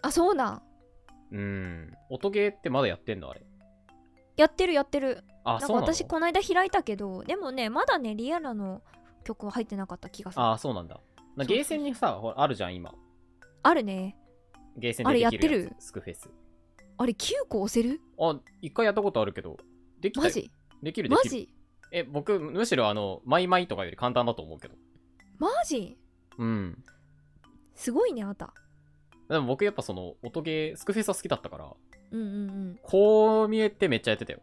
あそうなん
うん。音ゲーってまだやってんのあれ。
やってるやってる
あ、
なんか
そうなの
私この間開いたけどでもねまだねリアラの曲は入ってなかった気がするあ
あ、そうなんだ。
そ
な
うそう
ゲーセンにさ、ほらあるじゃん、今。
るね
ゲーセン
あれ
で
や
で
っ
き
て
る
る
やつ。スクフェス。
あれ9個押せる
あ、一回やったことあるけど。できたよ
マジ
できるで
マ
きる。
ジ
え、僕、むしろあの、マイマイとかより簡単だと思うけど。
マジ
うん。
すごいねあなた
でも僕やっぱその、音ゲー、スクフェスは好きだったから、
うんうん
こう見えてめっちゃやってたよ。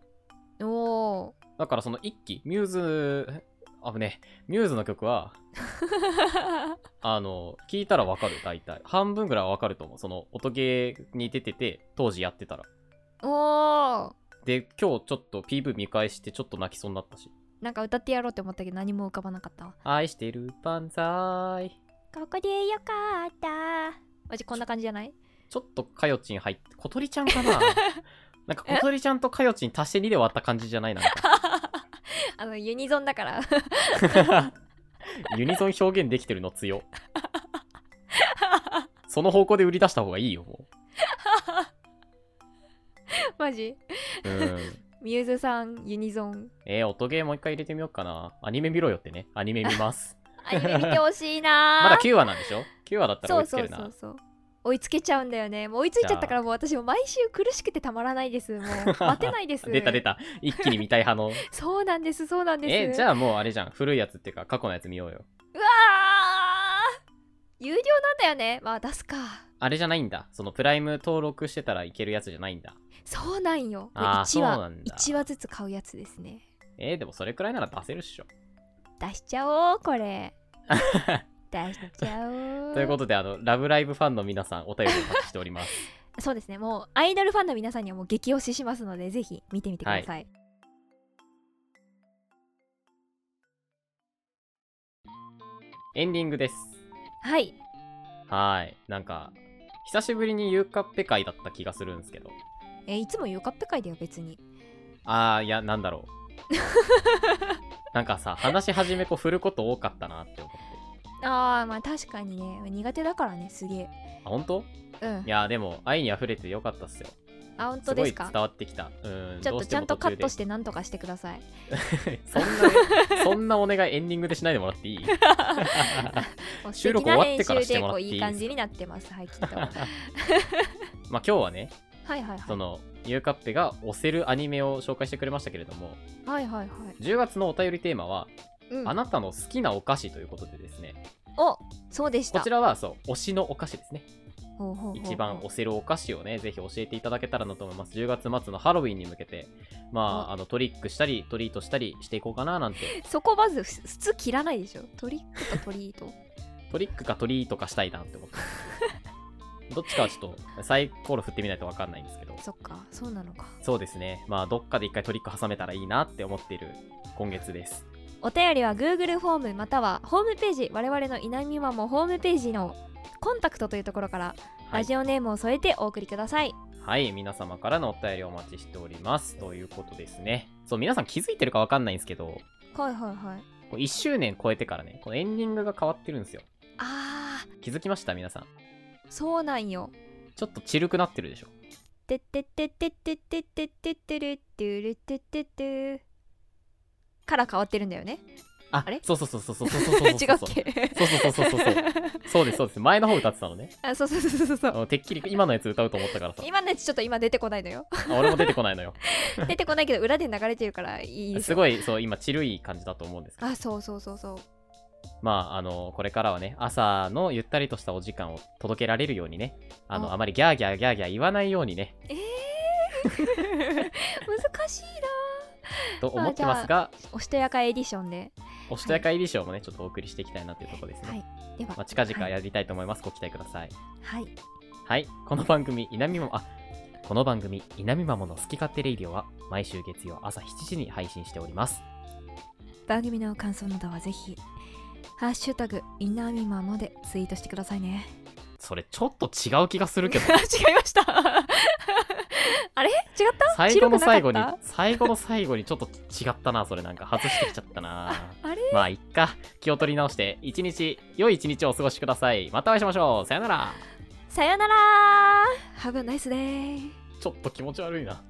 うんおお
だからその一期、ミューズ、あぶね、ミューズの曲は、 あの、聞いたらわかる、大体。半分ぐらいはわかると思う。その、音ゲーに出てて、当時やってたら。
おお
で、今日ちょっと PV 見返して、ちょっと泣きそうになったし。
なんか歌ってやろうって思ったけど何も浮かばなかったわ
愛してる万歳。
ここでよかったマジこんな感じじゃない
ちょっとかよちん入って、小鳥ちゃんかななんか小鳥ちゃんとかよちん足して2で割った感じじゃないなんか。
あのユニゾンだから
ユニゾン表現できてるの強。その方向で売り出した方がいいよ、も
マジ
う。うん。
ミューズさんユニゾン
えー、音ゲーもう一回入れてみようかな。アニメ見ろよってね。アニメ見 ます。
アニメ見てほしいなー
まだ9話なんでしょ ?9 話だったら追
そう
いつけ
そう
るな。
そうそう追いつけちゃうんだよねもう追いついちゃったからもう私も毎週苦しくてたまらない ですもう待てないです
出た出た。一気に見たい派 の。
そうなんですそうなんです
えじゃあもうあれじゃん。古いやつっていうか、過去のやつ見ようよ。
うわー有料なんだよねまあ出すか
あれじゃないんだ。そのプライム登録してたらいけるやつじゃないんだ。
そうなんよ
あー
1
そうな
話
んだ
一話ずつ買うやつですね
えーでもそれくらいなら出せるっしょ。
出しちゃおうこ れ出しちゃおう
ということで、あの、ラブライブファンの皆さん、お便りをお待ちしております。
そうですねもうアイドルファンの皆さんにはもう激推ししますのでぜひ見てみてください、
エンディングです。
はい、
はーい。なんか、久しぶりにゆうかっぺ会だった気がするんですけど。
えーいつもよかったかいだよ別に
あー、いや、なんだ ろう。なんかさ、話し始めこう振ること多かったなって思って。
あーまあ確かにね苦手だからねすげえ
あ、本当
うん
いや、でも、愛に溢れてよかったっすよ。
あ本
す
当
ご
で
い
す
伝
か
わってきた。うん、
ちょ
ど
っ
う
と
し
ち
て
ゃ
も
んと
途
カ
中
ッ
で
トして何とかしてください
そんな、そんなお願いエンディングでしないでもらってい い
もう
収
素
録終
敵な
わって
編
から
集
して
で
もら
こ
っ
う
ていい
い
です
い
か
感じになってますはいき っとはい
まあ今日はね、
はいはい
その、ゆうかっぺが推せるアニメを紹介してくれましたけれども、
はいはいはい、
10月のお便りテーマは、
うん
あなたの好きなお菓子ということでですね、
おそうでし
こ
た
ちらはそう、推しのお菓子ですね。
ほうほうほうほう
一番推せるお菓子をね、ぜひ教えていただけたらなと思います。10月末のハロウィンに向けて、まあ、あのトリックしたり、トリートしたりしていこうかななんて、
そこまずふ普通切らないでしょトリックとトリート
トリックかトリートかしたいなって思ってます。 どっちかはちょっとサイコロ振ってみないと分かんないんですけど、
そっかそうなのか
そうですね。まあ、どっかで一回トリック挟めたらいいなって思っている今月です。
お便りは Google フォームまたはホームページ我々の稲見マもホームページのコンタクトというところから
は
ラ
い。
ジオネームを添えてお送りください、
はい、皆様からのお便りをお待ちしております。ということですね。そう、皆さん気づいてるか分かんないんですけど、
はい、はいはい
こう1周年超えてからね、このエンディングが変わってるんですよ。
あ
気づきました皆さん。
ーそうなんよ
ちょっとチルくなってるでしょ。
てってってってってってってってってるってるってってってから変わってるんだよね
あ、
あれ
そうそうそうそうそうそう
違
そうう。
っけ
そうそうそう そうそうそう。そうです、そうです。前の方歌ってたのね。
あそうそうそうそうそ
あ
う
のてっきり今のやつ歌うと思ったからさ。
今のやつちょっと今出てこないのよ
あ俺も出てこないのよ。
出てこないけど裏で流れてるから いいです
す
よ
ごい、そう、今、チルい感じだと思うんですけど。
あそうそうそうそう
まあ、あの、これからはね、朝のゆったりとしたお時間を届けられるようにね、あの、
あ
あまりギャーギャーギャーギャー言わないようにね、
えー、難しい
と思ってますが、
なおしとやかエディションで
おしとやか入り賞もね、ちょっとお送りしていきたいなというところですね。
はいでは、
まあ、近々やりたいと思います。ご期待ください。
はい、はい
はい、この番組、稲見も、あ、この番組、稲見まもの好き勝手レイディオは、毎週月曜朝7時に配信しております。
番組の感想などはぜひハッシュタグいなみまもでツイートしてくださいね
それ、ちょっと違う気がするけど
違い、ましたあれ違った
最後の最後に
白くなかっ、
最後の最後にちょっと違ったな、それなんか外してきちゃった な。
あれ
まあ、いっか。気を取り直して、一日、良い一日をお過ごしください。またお会いしましょう。さよなら。
さよなら Have a nice day
ちょっと気持ち悪いな。